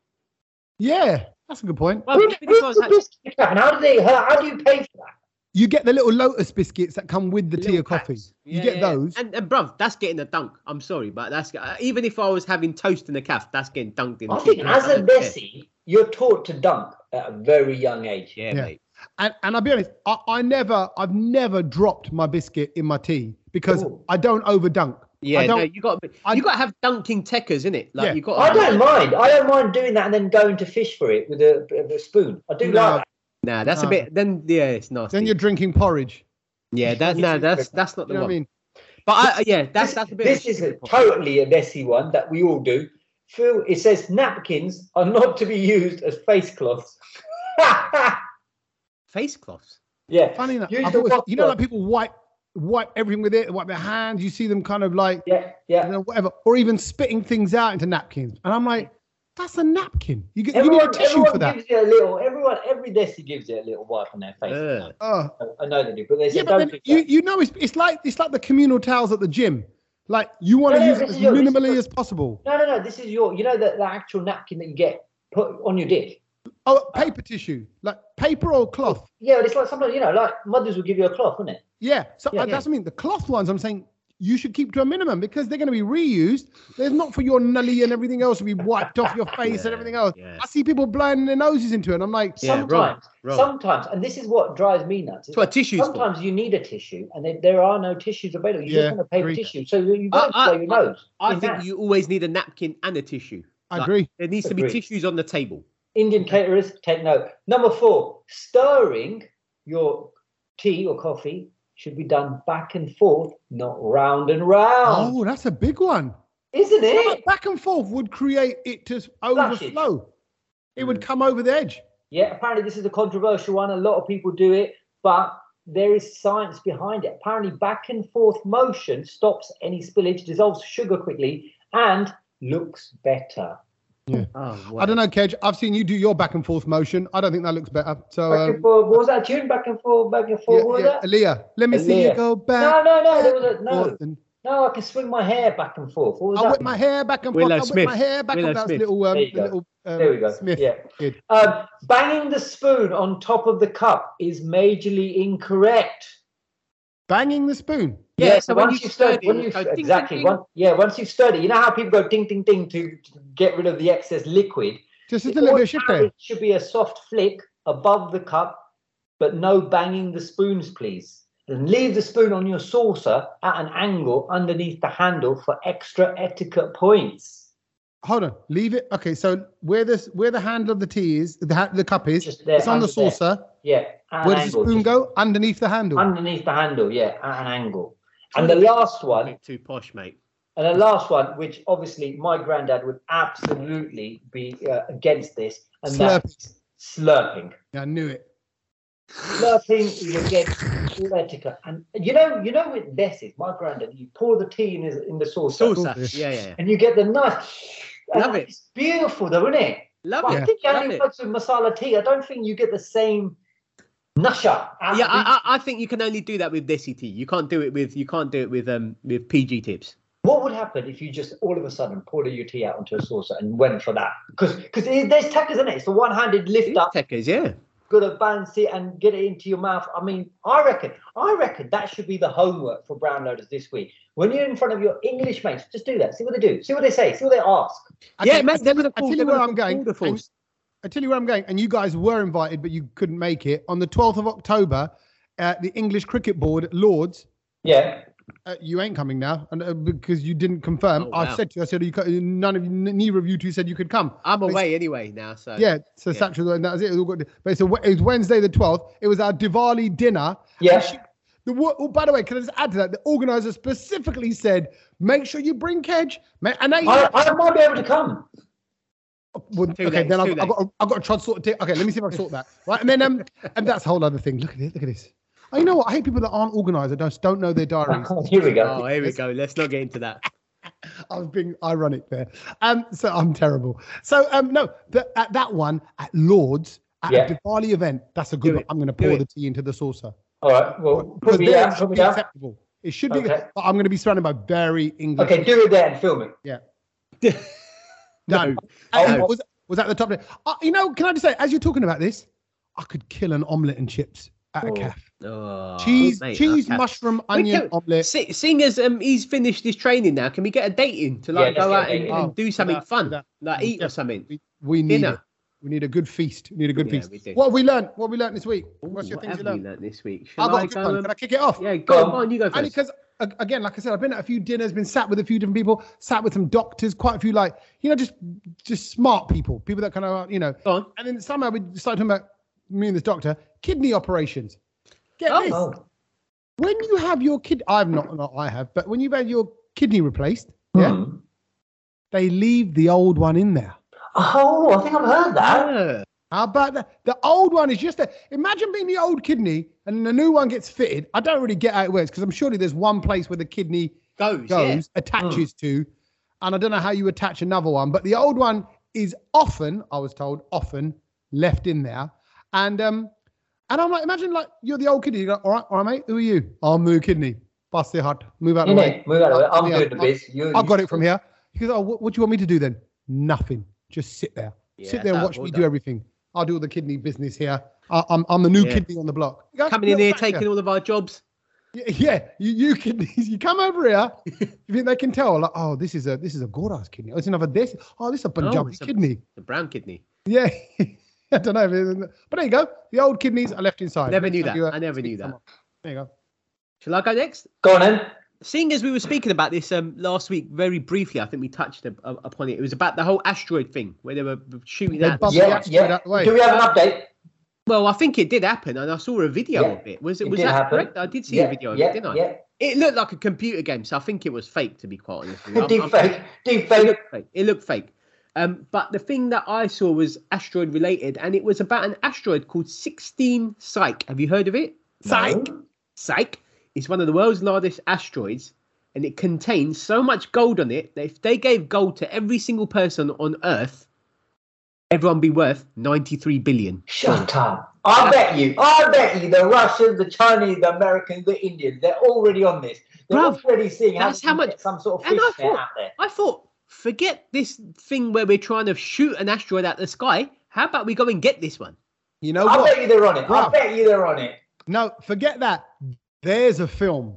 A: Yeah, that's a good point.
C: Well,
B: Who-
C: maybe
B: who
C: this one's
B: put
C: had-
B: biscuit in a calf? And how do they? How, how do you pay for that?
A: You get the little lotus biscuits that come with the tea
C: Little
A: or coffee.
C: packs.
A: you
C: Yeah,
A: get
C: yeah, yeah.
A: those.
C: And, and bruv, that's getting a dunk. I'm sorry, but that's uh, even if I was having toast in the calf, that's getting dunked in. the
B: I think
C: chicken.
B: as a
C: don't care.
B: Bessie, you're taught to dunk at a very young age.
C: Yeah,
A: Yeah.
C: mate.
A: And, and I'll be honest, I, I never, I've never dropped my biscuit in my tea because
B: Ooh.
A: I don't over dunk.
C: Yeah,
A: I don't-
C: no, you got
A: I-
C: you got to have dunking techers in it. Like
A: Yeah.
C: you got.
B: I don't mind. I don't mind doing that and then going to fish for it with a, with a spoon. I do
A: No.
B: like that.
C: Nah, that's
A: No.
C: a bit. Then yeah, it's nasty.
A: Then you're drinking porridge. [LAUGHS]
C: yeah, that no, that's that's not
A: You
C: the
A: know
C: one.
A: what I mean?
C: But I, uh, yeah, that's
B: this,
C: that's a bit.
B: This
C: of
B: is
C: shit
B: a,
C: problem.
B: totally a messy one that we all do. Phil, it says napkins are not to be used as face cloths. [LAUGHS]
C: face cloths.
B: yeah.
A: Funny enough,
B: Use
A: I've
B: the
A: always,
B: washcloth.
A: you know, like people wipe wipe everything with it, they wipe their hands. You see them kind of like
B: yeah,
A: you
B: yeah.
A: know, whatever, or even spitting things out into napkins. And I'm like, that's a napkin. You get you need a
B: Everyone,
A: tissue
B: everyone
A: for that.
B: gives it a little. Everyone, every desi gives it a little wipe on their face.
C: Ugh.
A: Oh,
B: I know they do, but they say
A: yeah, but
B: don't
A: then
B: do
A: you,
B: that.
A: you know it's it's like it's like the communal towels at the gym. Like you want
B: No,
A: to
B: no,
A: use it
B: this
A: as
B: is your- this is
A: minimally
B: [LAUGHS] your-
A: as possible.
B: No, no, no. This is your. You know that the actual napkin that you get put on your dick.
A: Oh, paper tissue, like paper or cloth.
B: Yeah, but it's like sometimes you know, like mothers will give you a cloth, wouldn't it?
A: Yeah, so
B: Yeah.
A: uh, that's what I mean. The cloth ones, I'm saying you should keep to a minimum because they're going to be reused. They're not for your nully and everything else to be wiped off your face and
C: Yeah,
A: everything else.
C: yeah.
A: I see people blowing their noses into it, and I'm like,
C: Yeah, wrong,
B: sometimes,
C: wrong.
B: sometimes, and this is what drives me nuts.
C: That's what tissues for.
B: Sometimes you need a tissue, and there, there are no tissues available. You
A: Yeah,
B: just want a paper
A: agreed.
B: tissue, so you- you've
C: I-
B: got to blow
C: I-
B: your nose.
C: I
B: in
C: think
B: that.
C: you always need a napkin and a tissue.
A: I
C: Like,
A: agree.
C: There needs to be
B: Agree.
C: tissues on the table.
B: Indian caterers take note. Number four, stirring your tea or coffee should be done back and forth, not round and round,
A: Oh, that's a big one.
B: isn't
A: But
B: it?
A: back and forth would create it to
B: Flush it.
A: overflow. It
B: Mm.
A: would come over the edge.
B: Yeah, apparently this is a controversial one. A lot of people do it, but there is science behind it. Apparently, back and forth motion stops any spillage, dissolves sugar quickly, and looks better.
A: Yeah.
C: Oh,
A: I don't know, Kedge. I've seen you do your back and forth motion. I don't think that looks better. So,
B: Back
A: um,
B: and forth. What was that tune? Back and forth, back and forth.
A: yeah,
B: what was
A: yeah.
B: that?
A: Aaliyah, let me see you
B: Aaliyah.
A: go
B: No,
C: Uh,
A: back.
B: no, no. There was a,
A: forth
B: no,
A: and-
B: no. I can swing my hair back and forth. What was
A: I
B: that?
A: whip my hair back and forth.
C: Willow
A: I whip
C: Smith.
A: my hair back
C: Willow
A: and forth. That's
C: Smith.
A: little, um,
B: There you go.
A: little um,
B: there we go.
A: Smith
B: Yeah.
A: kid.
B: Um, banging the spoon on top of the cup is majorly incorrect.
A: Banging the spoon.
C: Yeah, so when
B: once
C: you
B: you stud-
C: study,
B: when
C: you
B: you-
C: go ding, ding,
B: exactly.
C: ding.
B: One, yeah, once you study, you know how people go ding, ding, ding to to get rid of the excess liquid.
A: Just a
B: It
A: little bit of shit there.
B: ordinarily should be a soft flick above the cup, but no banging the spoons, please. And leave the spoon on your saucer at an angle underneath the handle for extra etiquette points.
A: Hold on. Leave it. Okay, so where this where the handle of the tea is, the ha- the cup is,
B: Just there,
A: it's on the
B: under there.
A: saucer.
B: Yeah, at
A: Where
B: an
A: does the
B: angle.
A: spoon
B: just
A: go? Underneath the handle.
B: Underneath the handle, yeah, at an angle. And the last one
C: Too posh, mate.
B: And the last one, which obviously my granddad would absolutely be uh, against this, and that's slurping.
A: yeah, I knew it.
B: Slurping is against all etiquette. And you know, you know what this is. My granddad, you pour the tea in, his, in the saucer,
C: Salsa.
A: Salsa.
C: Yeah, yeah, yeah.
B: and you get the nice. and
C: Love it.
B: It's beautiful, though, isn't it?
C: Love
B: But I
C: it.
B: think it
C: Love
B: only
C: it.
B: works with masala tea. I don't think you get the same nusha. out
C: Yeah,
B: of it.
C: I, I, I think you can only do that with Desi T. You can't do it with you can't do it with um with PG tips.
B: What would happen if you just all of a sudden poured your tea out onto a saucer and went for that? Because because there's tech, isn't it? It's a one-handed lift up.
C: Tekkers, yeah.
B: got to balance it and get it into your mouth. I mean, I reckon, I reckon that should be the homework for brown loaders this week. When you're in front of your English mates, just do that. See what they do. See what they say. See what they ask.
A: Okay,
C: yeah, mate, they're gonna
A: I
C: call-
A: tell you
C: they're
A: where
C: gonna
A: I'm
C: call
A: going.
C: the force.
A: I tell you where I'm going, and you guys were invited, but you couldn't make it. On the 12th of October, uh, the English Cricket Board at Lords,
B: Yeah.
A: uh, you ain't coming now, and uh, because you didn't confirm.
C: Oh,
A: I
C: wow.
A: said to you, I said you, co- none of you, neither of you two said you could come.
C: I'm
A: But it's-
C: away anyway now, so
A: Yeah, so
C: yeah.
A: Satchel, and that was it. it was all good. But it's a, it was Wednesday the 12th. It was our Diwali dinner.
B: Yeah.
A: And she- the, wo- oh, by the way, can I just add to that? The organizer specifically said, make sure you bring Kedge. ma- And they, Oh,
B: I, I might be able to come.
A: well,
C: Too
A: okay, then
C: late, too
A: I've, I've,
C: late.
A: got, I've got to try to sort it. Okay, let me see if I can sort that. Right, and then um, and that's a whole other thing. Look at it. Look at this. Oh, you know what? I hate people that aren't organised. that don't don't know their
C: [LAUGHS]
A: diaries.
B: [LAUGHS] Here we go.
C: Oh, here we go. Let's not get into that.
A: I was being ironic there. Um, so I'm terrible. So um, no, the, at that one at Lords at
B: Yeah.
A: a Diwali event, that's a good.
C: Do
A: one.
C: it.
A: I'm going to
C: Do
A: pour
C: it.
A: the tea into the saucer.
B: All right. Well,
A: Because
B: put me
A: there
B: out.
A: it
B: Put
A: should
B: me
A: be
B: out.
A: acceptable. It should be.
B: Okay.
A: But I'm going to be surrounded by very English.
B: Okay, do it there and film it.
A: No.
C: No.
A: And
B: No.
A: Was, was that the top? Uh, you know, can I just say, as you're talking about this, I could kill an omelette and chips at a
B: Oh.
A: cafe.
C: [LAUGHS] Oh,
A: cheese,
C: mate,
A: cheese,
C: okay.
A: mushroom,
C: We
A: onion
C: can-
A: omelette.
C: Se- Seeing as um, he's finished his training now, can we get a date in to like
B: Yeah, let's get
C: go
B: a
C: out
B: date
C: and,
B: in.
C: and do something
A: Oh, that-
C: fun,
A: that-
C: like eat
A: yeah.
C: or something?
A: We, we need
C: Dinner.
A: it. We need a good feast. We need a good
C: Yeah,
A: feast.
C: we do.
A: What have we learned? What have we learned this week?
C: Ooh,
A: What's your
C: what
A: things
C: have
A: you
C: we
A: learned?
C: learned this week?
A: I
C: Shall
A: got
C: I
A: a good
C: go?
A: one.
C: um,
A: Can I kick it off?
C: Yeah, go on,
B: on.
C: go on, you go
A: Only
C: first.
A: because again, like I said, I've been at a few dinners, been sat with a few different people, sat with some doctors, quite a few like you know just just smart people, people that kind of you know.
C: Go on.
A: And then somehow we started talking about me and this doctor kidney operations. Get
C: Oh.
A: this.
B: Oh,
A: When you have your kid, I've not not I have, but when you've had your kidney replaced, yeah,
B: Hmm.
A: they leave the old one in there.
B: Oh, I think I've heard that.
C: Ah,
A: How about that? The old one is just a. Imagine being the old kidney and the new one gets fitted. I don't really get how it works because I'm surely there's one place where the kidney
C: goes, yeah. Hmm.
A: goes, attaches to, and I don't know how you attach another one. But the old one is often, I was told, often left in there. And um, and I'm like, imagine like you're the old kidney. You go, all right, all right, mate, who are you? I'm the new kidney. Bust the hut, move out of
B: You
A: the
B: know,
A: way.
B: move out of it. I'm
A: Yeah,
B: doing the
A: I've-
B: biz. You,
A: I've got it from here. He goes, oh, what, what do you want me to do then? Nothing. Just sit there
C: Yeah,
A: sit there and
C: no,
A: watch
C: well
A: me do
C: done.
A: everything. I'll do all the kidney business here. I, I'm, I'm the new
C: Yeah.
A: kidney on the block. You go,
C: Coming in
A: "Little
C: here,
A: factor."
C: taking all of our jobs.
A: Y- Yeah, you, you kidneys. [LAUGHS] You come over here. you think they can tell? Like, oh, this is a this is a Gora's kidney. Oh, it's another this. Oh, this is a Punjabi
C: it's a-
A: kidney.
C: The brown kidney.
A: Yeah. [LAUGHS] I don't know, if it- but there you go. The old kidneys are left inside.
C: Never
A: Next
C: knew
A: time
C: that.
A: you, uh,
C: I never
A: speak
C: knew
A: to
C: that.
A: someone. There you go.
C: Shall I go next?
B: Go on then.
C: Seeing as we were speaking about this um, last week very briefly, I think we touched up, up- upon it. It was about the whole asteroid thing where they were shooting
A: They
C: at.
A: bump-
B: Yeah,
A: Yeah,
B: yeah.
A: that way.
B: Do we have an update?
C: Well, I think it did happen, and I saw a video
B: Yeah,
C: of it. Was it
B: it
C: was
B: did
C: that
B: happen.
C: correct? I did see
B: yeah,
C: a video of
B: yeah,
C: it, didn't I?
B: Yeah.
C: It looked like a computer game, so I think it was fake. To be quite honest, with you. I'm-
B: deep
C: I'm-
B: fake. Deep
C: It
B: fake.
C: looked fake. It looked fake. Um, but the thing that I saw was asteroid related, and it was about an asteroid called 16 Psyche. Have you heard of it?
A: Psych.
B: No.
C: Psyche is one of the world's largest asteroids, and it contains so much gold on it that if they gave gold to every single person on Earth, everyone be worth 93 billion.
B: Shut up. Hmm. I bet you, I bet you the Russians, the Chinese, the Americans, the Indians, they're already on this. They're
C: Bruv,
B: already seeing how,
C: that's
B: to
C: how much-
B: get some sort of
C: and
B: fish
C: I
B: net
C: thought-
B: out there.
C: I thought, forget this thing where we're trying to shoot an asteroid out the sky. How about we go and get this one?
A: You
C: Oh,
A: know
B: I
A: what?
B: bet you they're on it. I
A: Bruv.
B: bet you they're on it.
A: No, forget that. There's a film.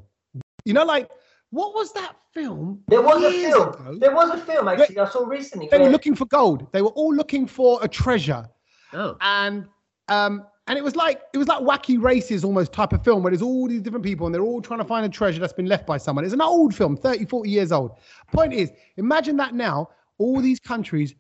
A: You know, like what was that film?
B: There was a
A: years
B: film.
A: ago?
B: There was a film actually I saw recently.
A: They were
B: where-
A: looking for gold. They were all looking for a treasure,
C: Oh,
A: and um, and it was like it was like wacky races almost type of film where there's all these different people and they're all trying to find a treasure that's been left by someone. It's an old film, 30, 40 years old. Point is, imagine that now, all these countries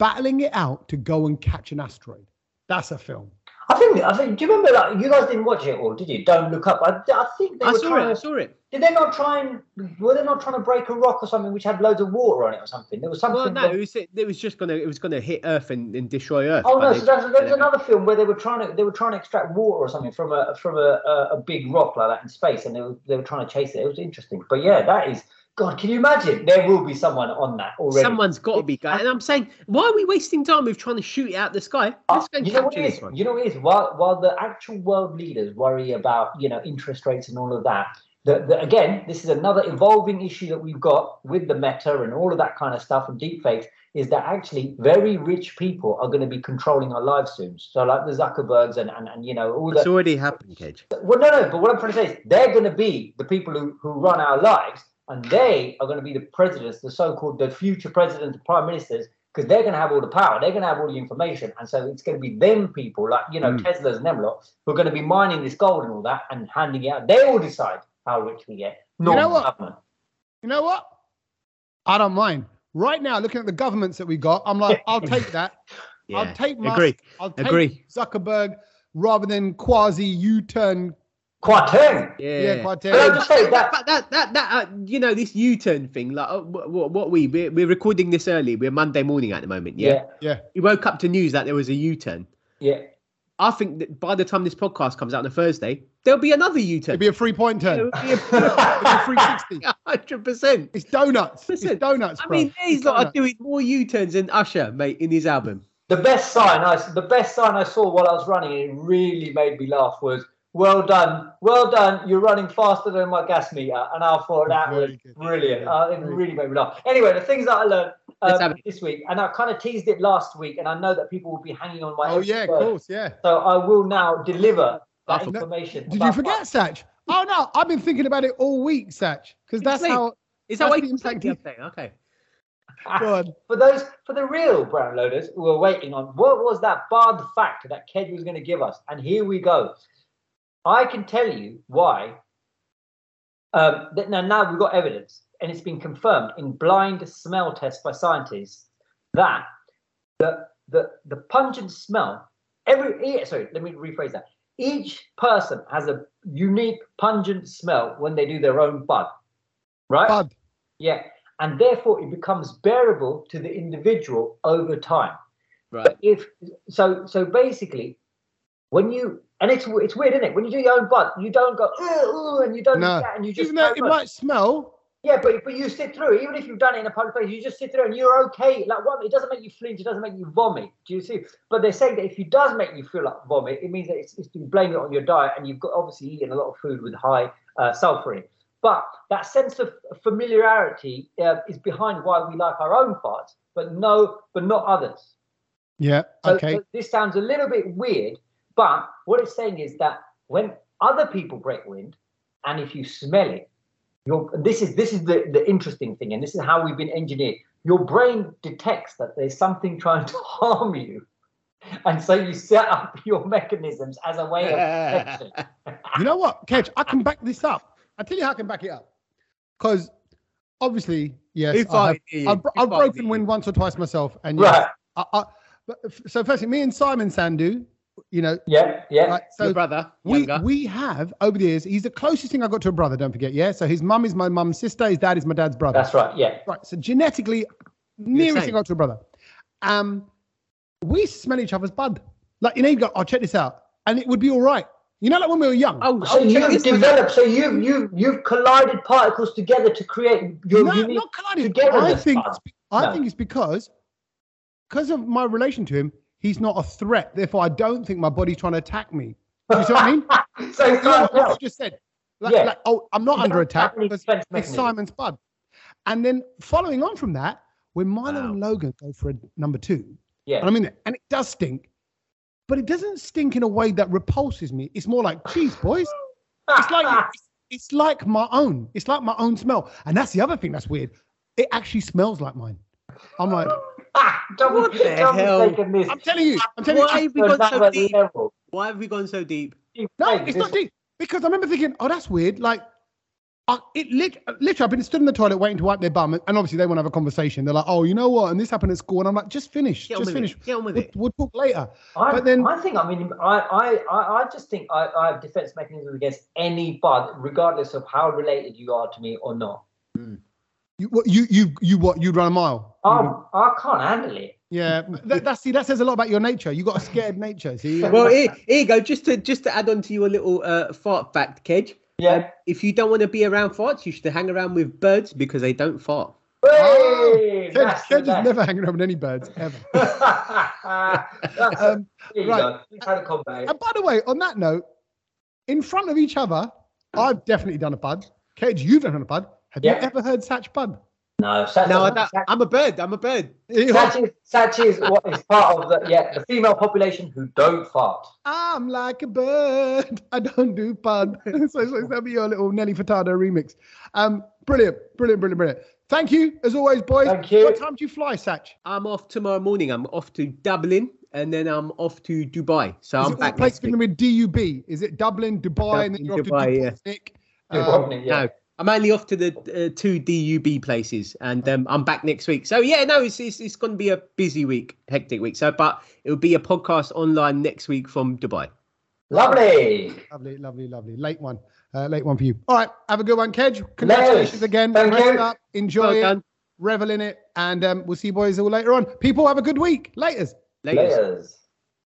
A: battling it out to go and catch an asteroid. That's a film.
B: I think. I think. Do you remember? Like, you guys didn't watch it all, did you? Don't look up. I, I think they
C: I
B: were
C: saw it.
B: trying
C: I
B: to.
C: saw it.
B: Did they not try and? Were they not trying to break a rock or something which had loads of water on it or something? There was something.
C: Well, no,
B: that-
C: it was, it was just gonna it was gonna hit Earth and, and destroy Earth.
B: Oh
C: but
B: no!
C: they-
B: So there's,
C: they-
B: there's another film where they were trying to they were trying to extract water or something from a from a, a, a big rock like that in space, and they were they were trying to chase it. It was interesting, but yeah, that is God. Can you imagine? There will be someone on that already.
C: Someone's got to be going. And I'm saying, why are we wasting time with trying to shoot it out the sky?
B: Uh,
C: Let's go and
B: you know what
C: capture
B: it
C: this
B: is?
C: one.
B: You know what it is? While while the actual world leaders worry about you know interest rates and all of that, the, the, again, this is another evolving issue that we've got with the meta and all of that kind of stuff and deep fakes is that actually very rich people are going to be controlling our lives soon. So like the Zuckerbergs and and, and you know all
C: It's
B: the
C: already happened, Cage.
B: well no no. But what I'm trying to say is they're going to be the people who who run our lives, and they are going to be the presidents, the so-called the future presidents, the prime ministers because they're going to have all the power. They're going to have all the information. And so it's going to be them people, like, you know,
C: Mm.
B: Teslas and them lot, who are going to be mining this gold and all that and handing it out. They will decide how rich we get. Not
A: You know
B: the
A: what?
B: government.
A: you know what? I don't mind. Right now, looking at the governments that we got, I'm like,
C: [LAUGHS]
A: I'll take that. I'll take Musk.
C: Agree.
A: I'll take
C: Agree.
A: Zuckerberg rather than quasi U-turn.
B: Quarteng.
C: Yeah.
A: Yeah,
B: Can I
A: Quarteng.
B: just say that?
C: But that that that uh, you know this U-turn thing, like uh, what, what we we're, we're recording this early. We're Monday morning at the moment. Yeah?
B: Yeah.
C: We woke up to news that there was a U-turn.
B: Yeah.
C: I think that by the time this podcast comes out on a Thursday, there'll be another U-turn.
A: It'd be a three-point turn.
C: [LAUGHS]
A: It'd be 360.
C: hundred percent.
A: [LAUGHS] It's donuts.
C: Listen,
A: it's donuts,
C: I
A: bro.
C: mean, these
A: It's
C: lot are
A: donuts.
C: doing more U-turns than Usher, mate, in his album.
B: The best sign I the best sign I saw while I was running, and it really made me laugh, was well done, well done. You're running faster than my gas meter, and I thought that was
A: Very good.
B: brilliant. Uh, it
A: Very
B: really made me laugh. Anyway, the things that I learned
C: Let's have
B: um, this week, and I kind of teased it last week, and I know that people will be hanging on my.
A: Oh
B: every
A: yeah, of
B: word.
A: course, yeah.
B: So I will now deliver that
C: I forgot.
B: information.
A: Did you
B: about-
A: forget, Satch? Oh no, I've been thinking about it all week, Satch, because that's
C: Sleep. [LAUGHS]
A: how.
C: Is that
A: That's
C: what
A: the
C: you
A: impact
C: saying?
A: of-
C: Okay.
A: God,
B: for those for the real brown loaders who are waiting on what was that bad fact that Ked was going to give us and here we go i can tell you why um, that now, now we've got evidence and it's been confirmed in blind smell tests by scientists that the the, the pungent smell every eh, sorry let me rephrase that each person has a unique pungent smell when they do their own bud right
A: bud.
B: yeah, and therefore it becomes bearable to the individual over time.
C: Right.
B: If so, so basically, when you and it's it's weird, isn't it? When you do your own butt, you don't go ooh, ooh," and you don't do
A: No.
B: that, and you just
A: Even though
B: carry
A: it
B: on.
A: might smell,
B: yeah, but but you sit through it. even if you've done it in a public place, you just sit through it and you're okay. Like what? It doesn't make you flinch, it doesn't make you vomit. Do you see? But they're saying that if it does make you feel like vomit, it means that it's, it's you blame it on your diet, and you've got obviously eaten a lot of food with high uh, sulfur in. But that sense of familiarity uh, is behind why we like our own farts, but no, but not others.
A: yeah,
B: So,
A: okay.
B: so this sounds a little bit weird, but what it's saying is that when other people break wind, and if you smell it, your this is this is the, the interesting thing, and this is how we've been engineered. Your brain detects that there's something trying to [LAUGHS] harm you, and so you set up [LAUGHS] your mechanisms as a way of protection.
A: [LAUGHS] you know what, Kedge? I can back this up. I tell you how I can back it up, because obviously, yes,
C: Who
A: I have-
C: farted at you?
A: I've,
C: Who
A: I've
C: farted at
A: broken
C: you?
A: wind once or twice myself, and yes,
B: Right?
A: I, I, but f- so firstly, me and Simon Sandu, you know,
B: Yeah, yeah.
A: like,
C: Your
A: so
C: brother,
A: we
C: younger.
A: we have over the years. He's the closest thing I got to a brother. Don't forget, yeah. So his mum is my mum's sister. His dad is my dad's brother.
B: That's right. Yeah.
A: right. So genetically, nearest
C: same.
A: thing I got to a brother. Um, we smell each other's bud. Like you know, you go, oh, check this out, and it would be all right. You know, like when we were young.
C: oh,
B: So
C: oh, check
B: you've
C: this one out.
B: developed. So you've you've you've collided particles together to create your
A: no,
B: unique.
A: not collided.
B: together
A: I
B: this
A: think
B: bud.
A: it's be- I
B: No.
A: think it's because because of my relation to him, he's not a threat. Therefore, I don't think my body's trying to attack me. Do you see what I
B: [LAUGHS]
A: mean?
B: so
A: Like,
B: far,
A: like what you just said. Like,
B: Yeah.
A: like, oh, I'm not
B: He's
A: under
B: not
A: attack
B: attacking his
A: because
B: defense
A: it's
B: mechanism.
A: Simon's bud. And then following on from that, when Milo
C: Wow.
A: and Logan go for a number two, and
B: yeah.
A: I mean that, and it does stink, but it doesn't stink in a way that repulses me. It's more like, geez, boys, it's
B: [LAUGHS]
A: like it's like my own. It's like my own smell. And that's the other thing that's weird. It actually smells like mine. I'm like,
B: double,
C: What the hell?
B: taking this
A: I'm telling you, I'm telling
C: Why
A: you,
C: have we
B: to
C: gone so
B: another
C: deep?
B: level.
C: Why have we gone so deep?
B: You
A: No,
B: take
A: it's
B: this-
A: not deep because I remember thinking, oh, that's weird. Like, I, it lit, literally, I've been stood in the toilet waiting to wipe their bum, and obviously they want to have a conversation. They're like, oh, you know what? And this happened at school, and I'm like, just finish,
C: Get on
A: just
C: with
A: finish.
C: it. Get on with
A: We'll,
C: it.
A: we'll talk later.
B: I,
A: But then-
B: I think I mean I I, I, I just think I, I have defense mechanisms against any bud, regardless of how related you are to me or not.
A: You, what, you, you, you, what? You'd run a mile.
B: I Um, I can't handle it.
C: [LAUGHS]
A: Yeah, but that, that, see, that says a lot about your nature. You got a scared nature. [LAUGHS] See,
C: [LAUGHS] Well, here, here you go. Just to just to add on to your little uh, fart fact, Kedge.
B: Yeah.
C: If you don't want to be around farts, you should hang around with birds because they don't fart.
A: Oh,
B: Hey,
A: Kedge,
B: that's the
A: Kedge is
B: best. [LAUGHS]
A: never hanging around with any birds ever.
B: That's-
A: Um,
B: there
A: [LAUGHS]
B: you
A: right.
B: go. We've had a combo.
A: and by the way, on that note, in front of each other, I've definitely done a bud. Cage, you've done a bud. Have
B: Yeah.
A: you ever heard Satch bud?
B: No, Satch,
C: No, I
B: no,
C: don't,
A: [LAUGHS]
C: I'm a bird. I'm a bird.
B: Satch, is, Satch is what is part of the yeah the female population who don't fart.
A: I'm like a bird. [LAUGHS] I don't do
B: [LAUGHS]
A: pun. so, so that'll be your little Nelly Furtado remix. Um, brilliant, brilliant, brilliant, brilliant. Thank you, as always, boys.
B: Thank you.
A: What time do you fly, Satch?
C: I'm off tomorrow morning. I'm off to Dublin and then I'm off to Dubai. So
A: Is
C: I'm
A: it all
C: back.
A: place
C: Next
A: going
C: week.
A: with DUB? Is it Dublin, Dubai, and then you're off to
C: Dublin, Dubai,
A: Dubrovnik?
B: Yeah,
A: Um,
B: probably, yeah.
C: No, I'm only off to the uh, two DUB places and um, I'm back next week. So yeah, no, it's it's, it's going to be a busy week, hectic week. So, but it'll be a podcast online next week from Dubai.
B: Lovely.
A: Lovely, lovely, lovely. Late one. Uh, late one for you. All right. Have a good one, Kedge. Congratulations
B: Yes,
A: again.
B: thank
A: Rest
B: you.
A: up. Enjoy
C: Well
A: it.
C: done.
A: Revel in it. And um, we'll see you boys all later on. People, have a good week. Laters.
C: Laters.
B: Layers.